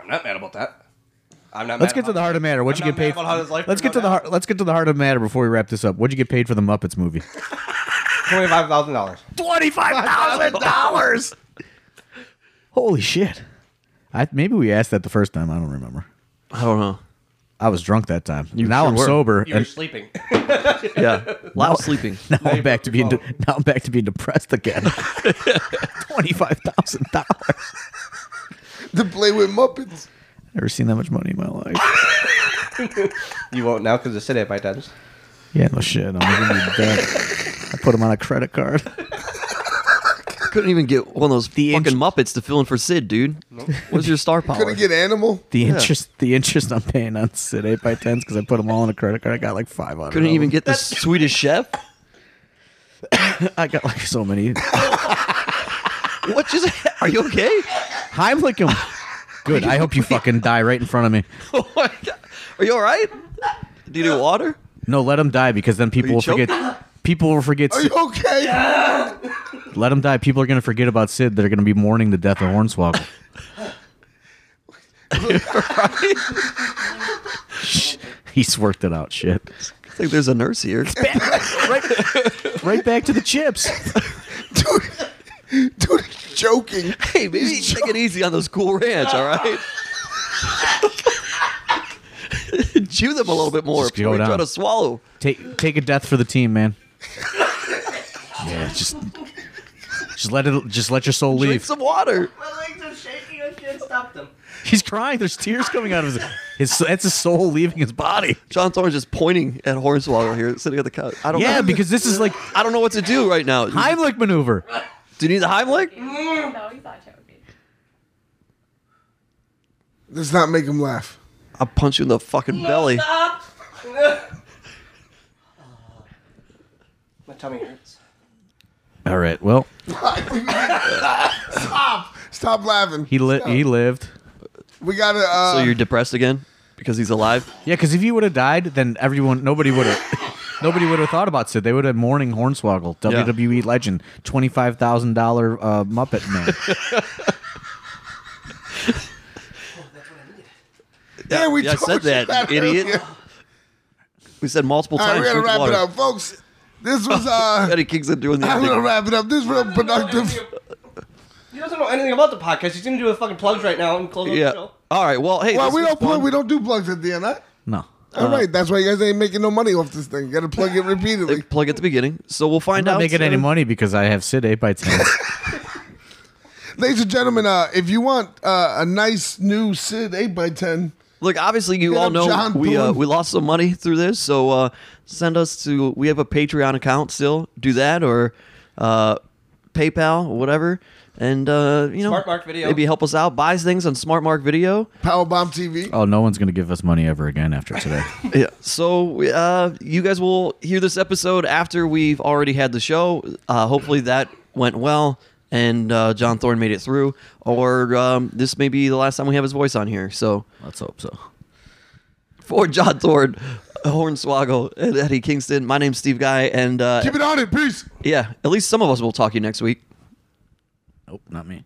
S5: I'm not mad about that. I'm not.
S2: Let's
S5: mad
S2: get to
S5: about
S2: the heart of matter. What'd
S5: I'm
S2: you
S5: not
S2: get paid?
S5: mad about how this life
S2: let's get
S5: turned
S2: to the
S5: out.
S2: heart. Let's get to the heart of matter before we wrap this up. What'd you get paid for the Muppets movie?
S5: Twenty-five
S2: <laughs>
S5: thousand dollars.
S2: Twenty-five thousand dollars. <laughs> Holy shit! I maybe we asked that the first time. I don't remember.
S3: I don't know.
S2: I was drunk that time. now
S3: sure
S2: I'm
S3: were.
S2: sober,
S5: You were
S2: and
S5: sleeping.
S3: Yeah, loud sleeping.
S2: <laughs> now I'm
S5: you
S2: back
S5: broke
S2: to being
S5: your
S2: de- now I'm back to being depressed again. <laughs> Twenty-five thousand dollars.
S4: to play with Muppets.
S2: Never seen that much money in my life.
S5: you won't now because the city by dad.
S2: Yeah, no shit. I'm gonna need that. I put him on a credit card.
S3: Couldn't even get one of those fucking
S2: inch-
S3: Muppets to fill in for Sid, dude. What's your
S5: <laughs>
S3: star power?
S4: Couldn't get animal.
S2: The interest, the interest I'm paying on Sid eight by tens because I put them all on a credit card. I got like five hundred.
S3: Couldn't even get the Swedish chef.
S2: <laughs> I got like so many.
S3: What just? <laughs> Are you okay?
S2: Heimlich him. Good. I hope you fucking die right in front of me.
S3: Oh my God. Are you all right? Do you need water?
S2: No, let him die because then people
S3: you
S2: will forget. People will forget.
S4: Are you
S2: Sid.
S4: okay?
S2: Let him die. People are gonna forget about Sid. They're gonna be mourning the death of Hornswoggle. <laughs> Shh. He's worked it out. Shit.
S3: I think there's a nurse here.
S5: <laughs>
S2: Right back to the chips.
S4: Dude, dude, he's joking.
S3: <laughs> Hey, maybe take it easy on those cool ranch, all
S4: <laughs>
S3: right? Chew them a little bit more
S2: Just
S3: before
S2: go
S3: you try
S2: down.
S3: to swallow.
S2: Take take a death for the team, man. Yeah, just just let it. Just let your soul
S3: Drink
S2: leave.
S3: some water.
S5: My legs are shaking. I can't stop them.
S2: He's crying. There's tears coming out of his. His that's his soul leaving his body.
S3: John Thorne's just pointing at Hornswoggle here, sitting at the couch. I don't
S2: Yeah,
S3: know.
S2: because this is like
S3: <laughs> I don't know what to do right now.
S2: Heimlich maneuver.
S3: do you need the Heimlich?
S8: No, you thought it would be.
S4: Does not make him laugh.
S3: I'll punch you in the fucking belly.
S8: Stop!
S5: My tummy hurts.
S2: All right. Well,
S4: Stop! Stop laughing.
S2: he li- he lived.
S4: We gotta. Uh,
S3: So you're depressed again because he's alive.
S2: Yeah, because if he would have died, then everyone, nobody would have, <laughs> nobody would have thought about Sid. They would have mourning Hornswoggle,
S3: Yeah.
S2: WWE legend, twenty five thousand uh, Muppet <laughs> man.
S4: yeah, we
S3: yeah, I
S4: told you
S3: said that, idiot.
S4: earlier.
S3: We said multiple
S4: All right,
S3: times.
S4: we gotta
S3: drink
S4: wrap
S3: water.
S4: it up, folks.
S3: <laughs>
S4: This was uh.
S3: Eddie Kingston doing the
S4: I'm gonna
S3: ending.
S4: wrap it up. This was real productive.
S5: He doesn't know anything about the podcast. He's going to do a fucking plugs right now and close up the
S3: Yeah.
S5: show.
S3: All right. Well, hey.
S4: Well,
S3: this
S4: we
S3: was
S4: don't plug,
S3: fun.
S4: we don't do plugs at the end, huh?
S2: No,
S4: All right, that's why you guys ain't making no money off this thing. You gotta plug it
S3: <laughs>
S4: repeatedly.
S3: plug at the beginning. So we'll
S2: I'm
S3: find
S2: not
S3: out.
S2: making any
S3: soon.
S2: money because I have Sid eight by ten.
S4: Ladies and gentlemen, uh, if you want uh, a nice new Sid 8x10,
S3: Look, obviously, you
S4: Hit
S3: all
S4: up
S3: know
S4: John
S3: we uh,
S4: Boone.
S3: we lost some money through this, so uh, send us to. We have a Patreon account still. Do that or uh, PayPal, whatever, and uh, you know,
S5: Smart Mark Video.
S3: Maybe help us out. Buys things on Smart Mark
S4: <laughs>
S3: Video.
S4: Powerbomb TV.
S2: <laughs> oh, no one's gonna give us money ever again after today.
S3: yeah. So uh, you guys will hear this episode after we've already had the show. Uh, hopefully that went well. And uh, John Thorne made it through, or um, this may be the last time we have his voice on here. So
S2: Let's hope so.
S3: for John Thorne, Hornswoggle, and Eddie Kingston. My name's Steve Guy, and uh,
S4: Keep it on it. Peace.
S3: yeah, at least some of us will talk to you next week.
S2: Nope, not me.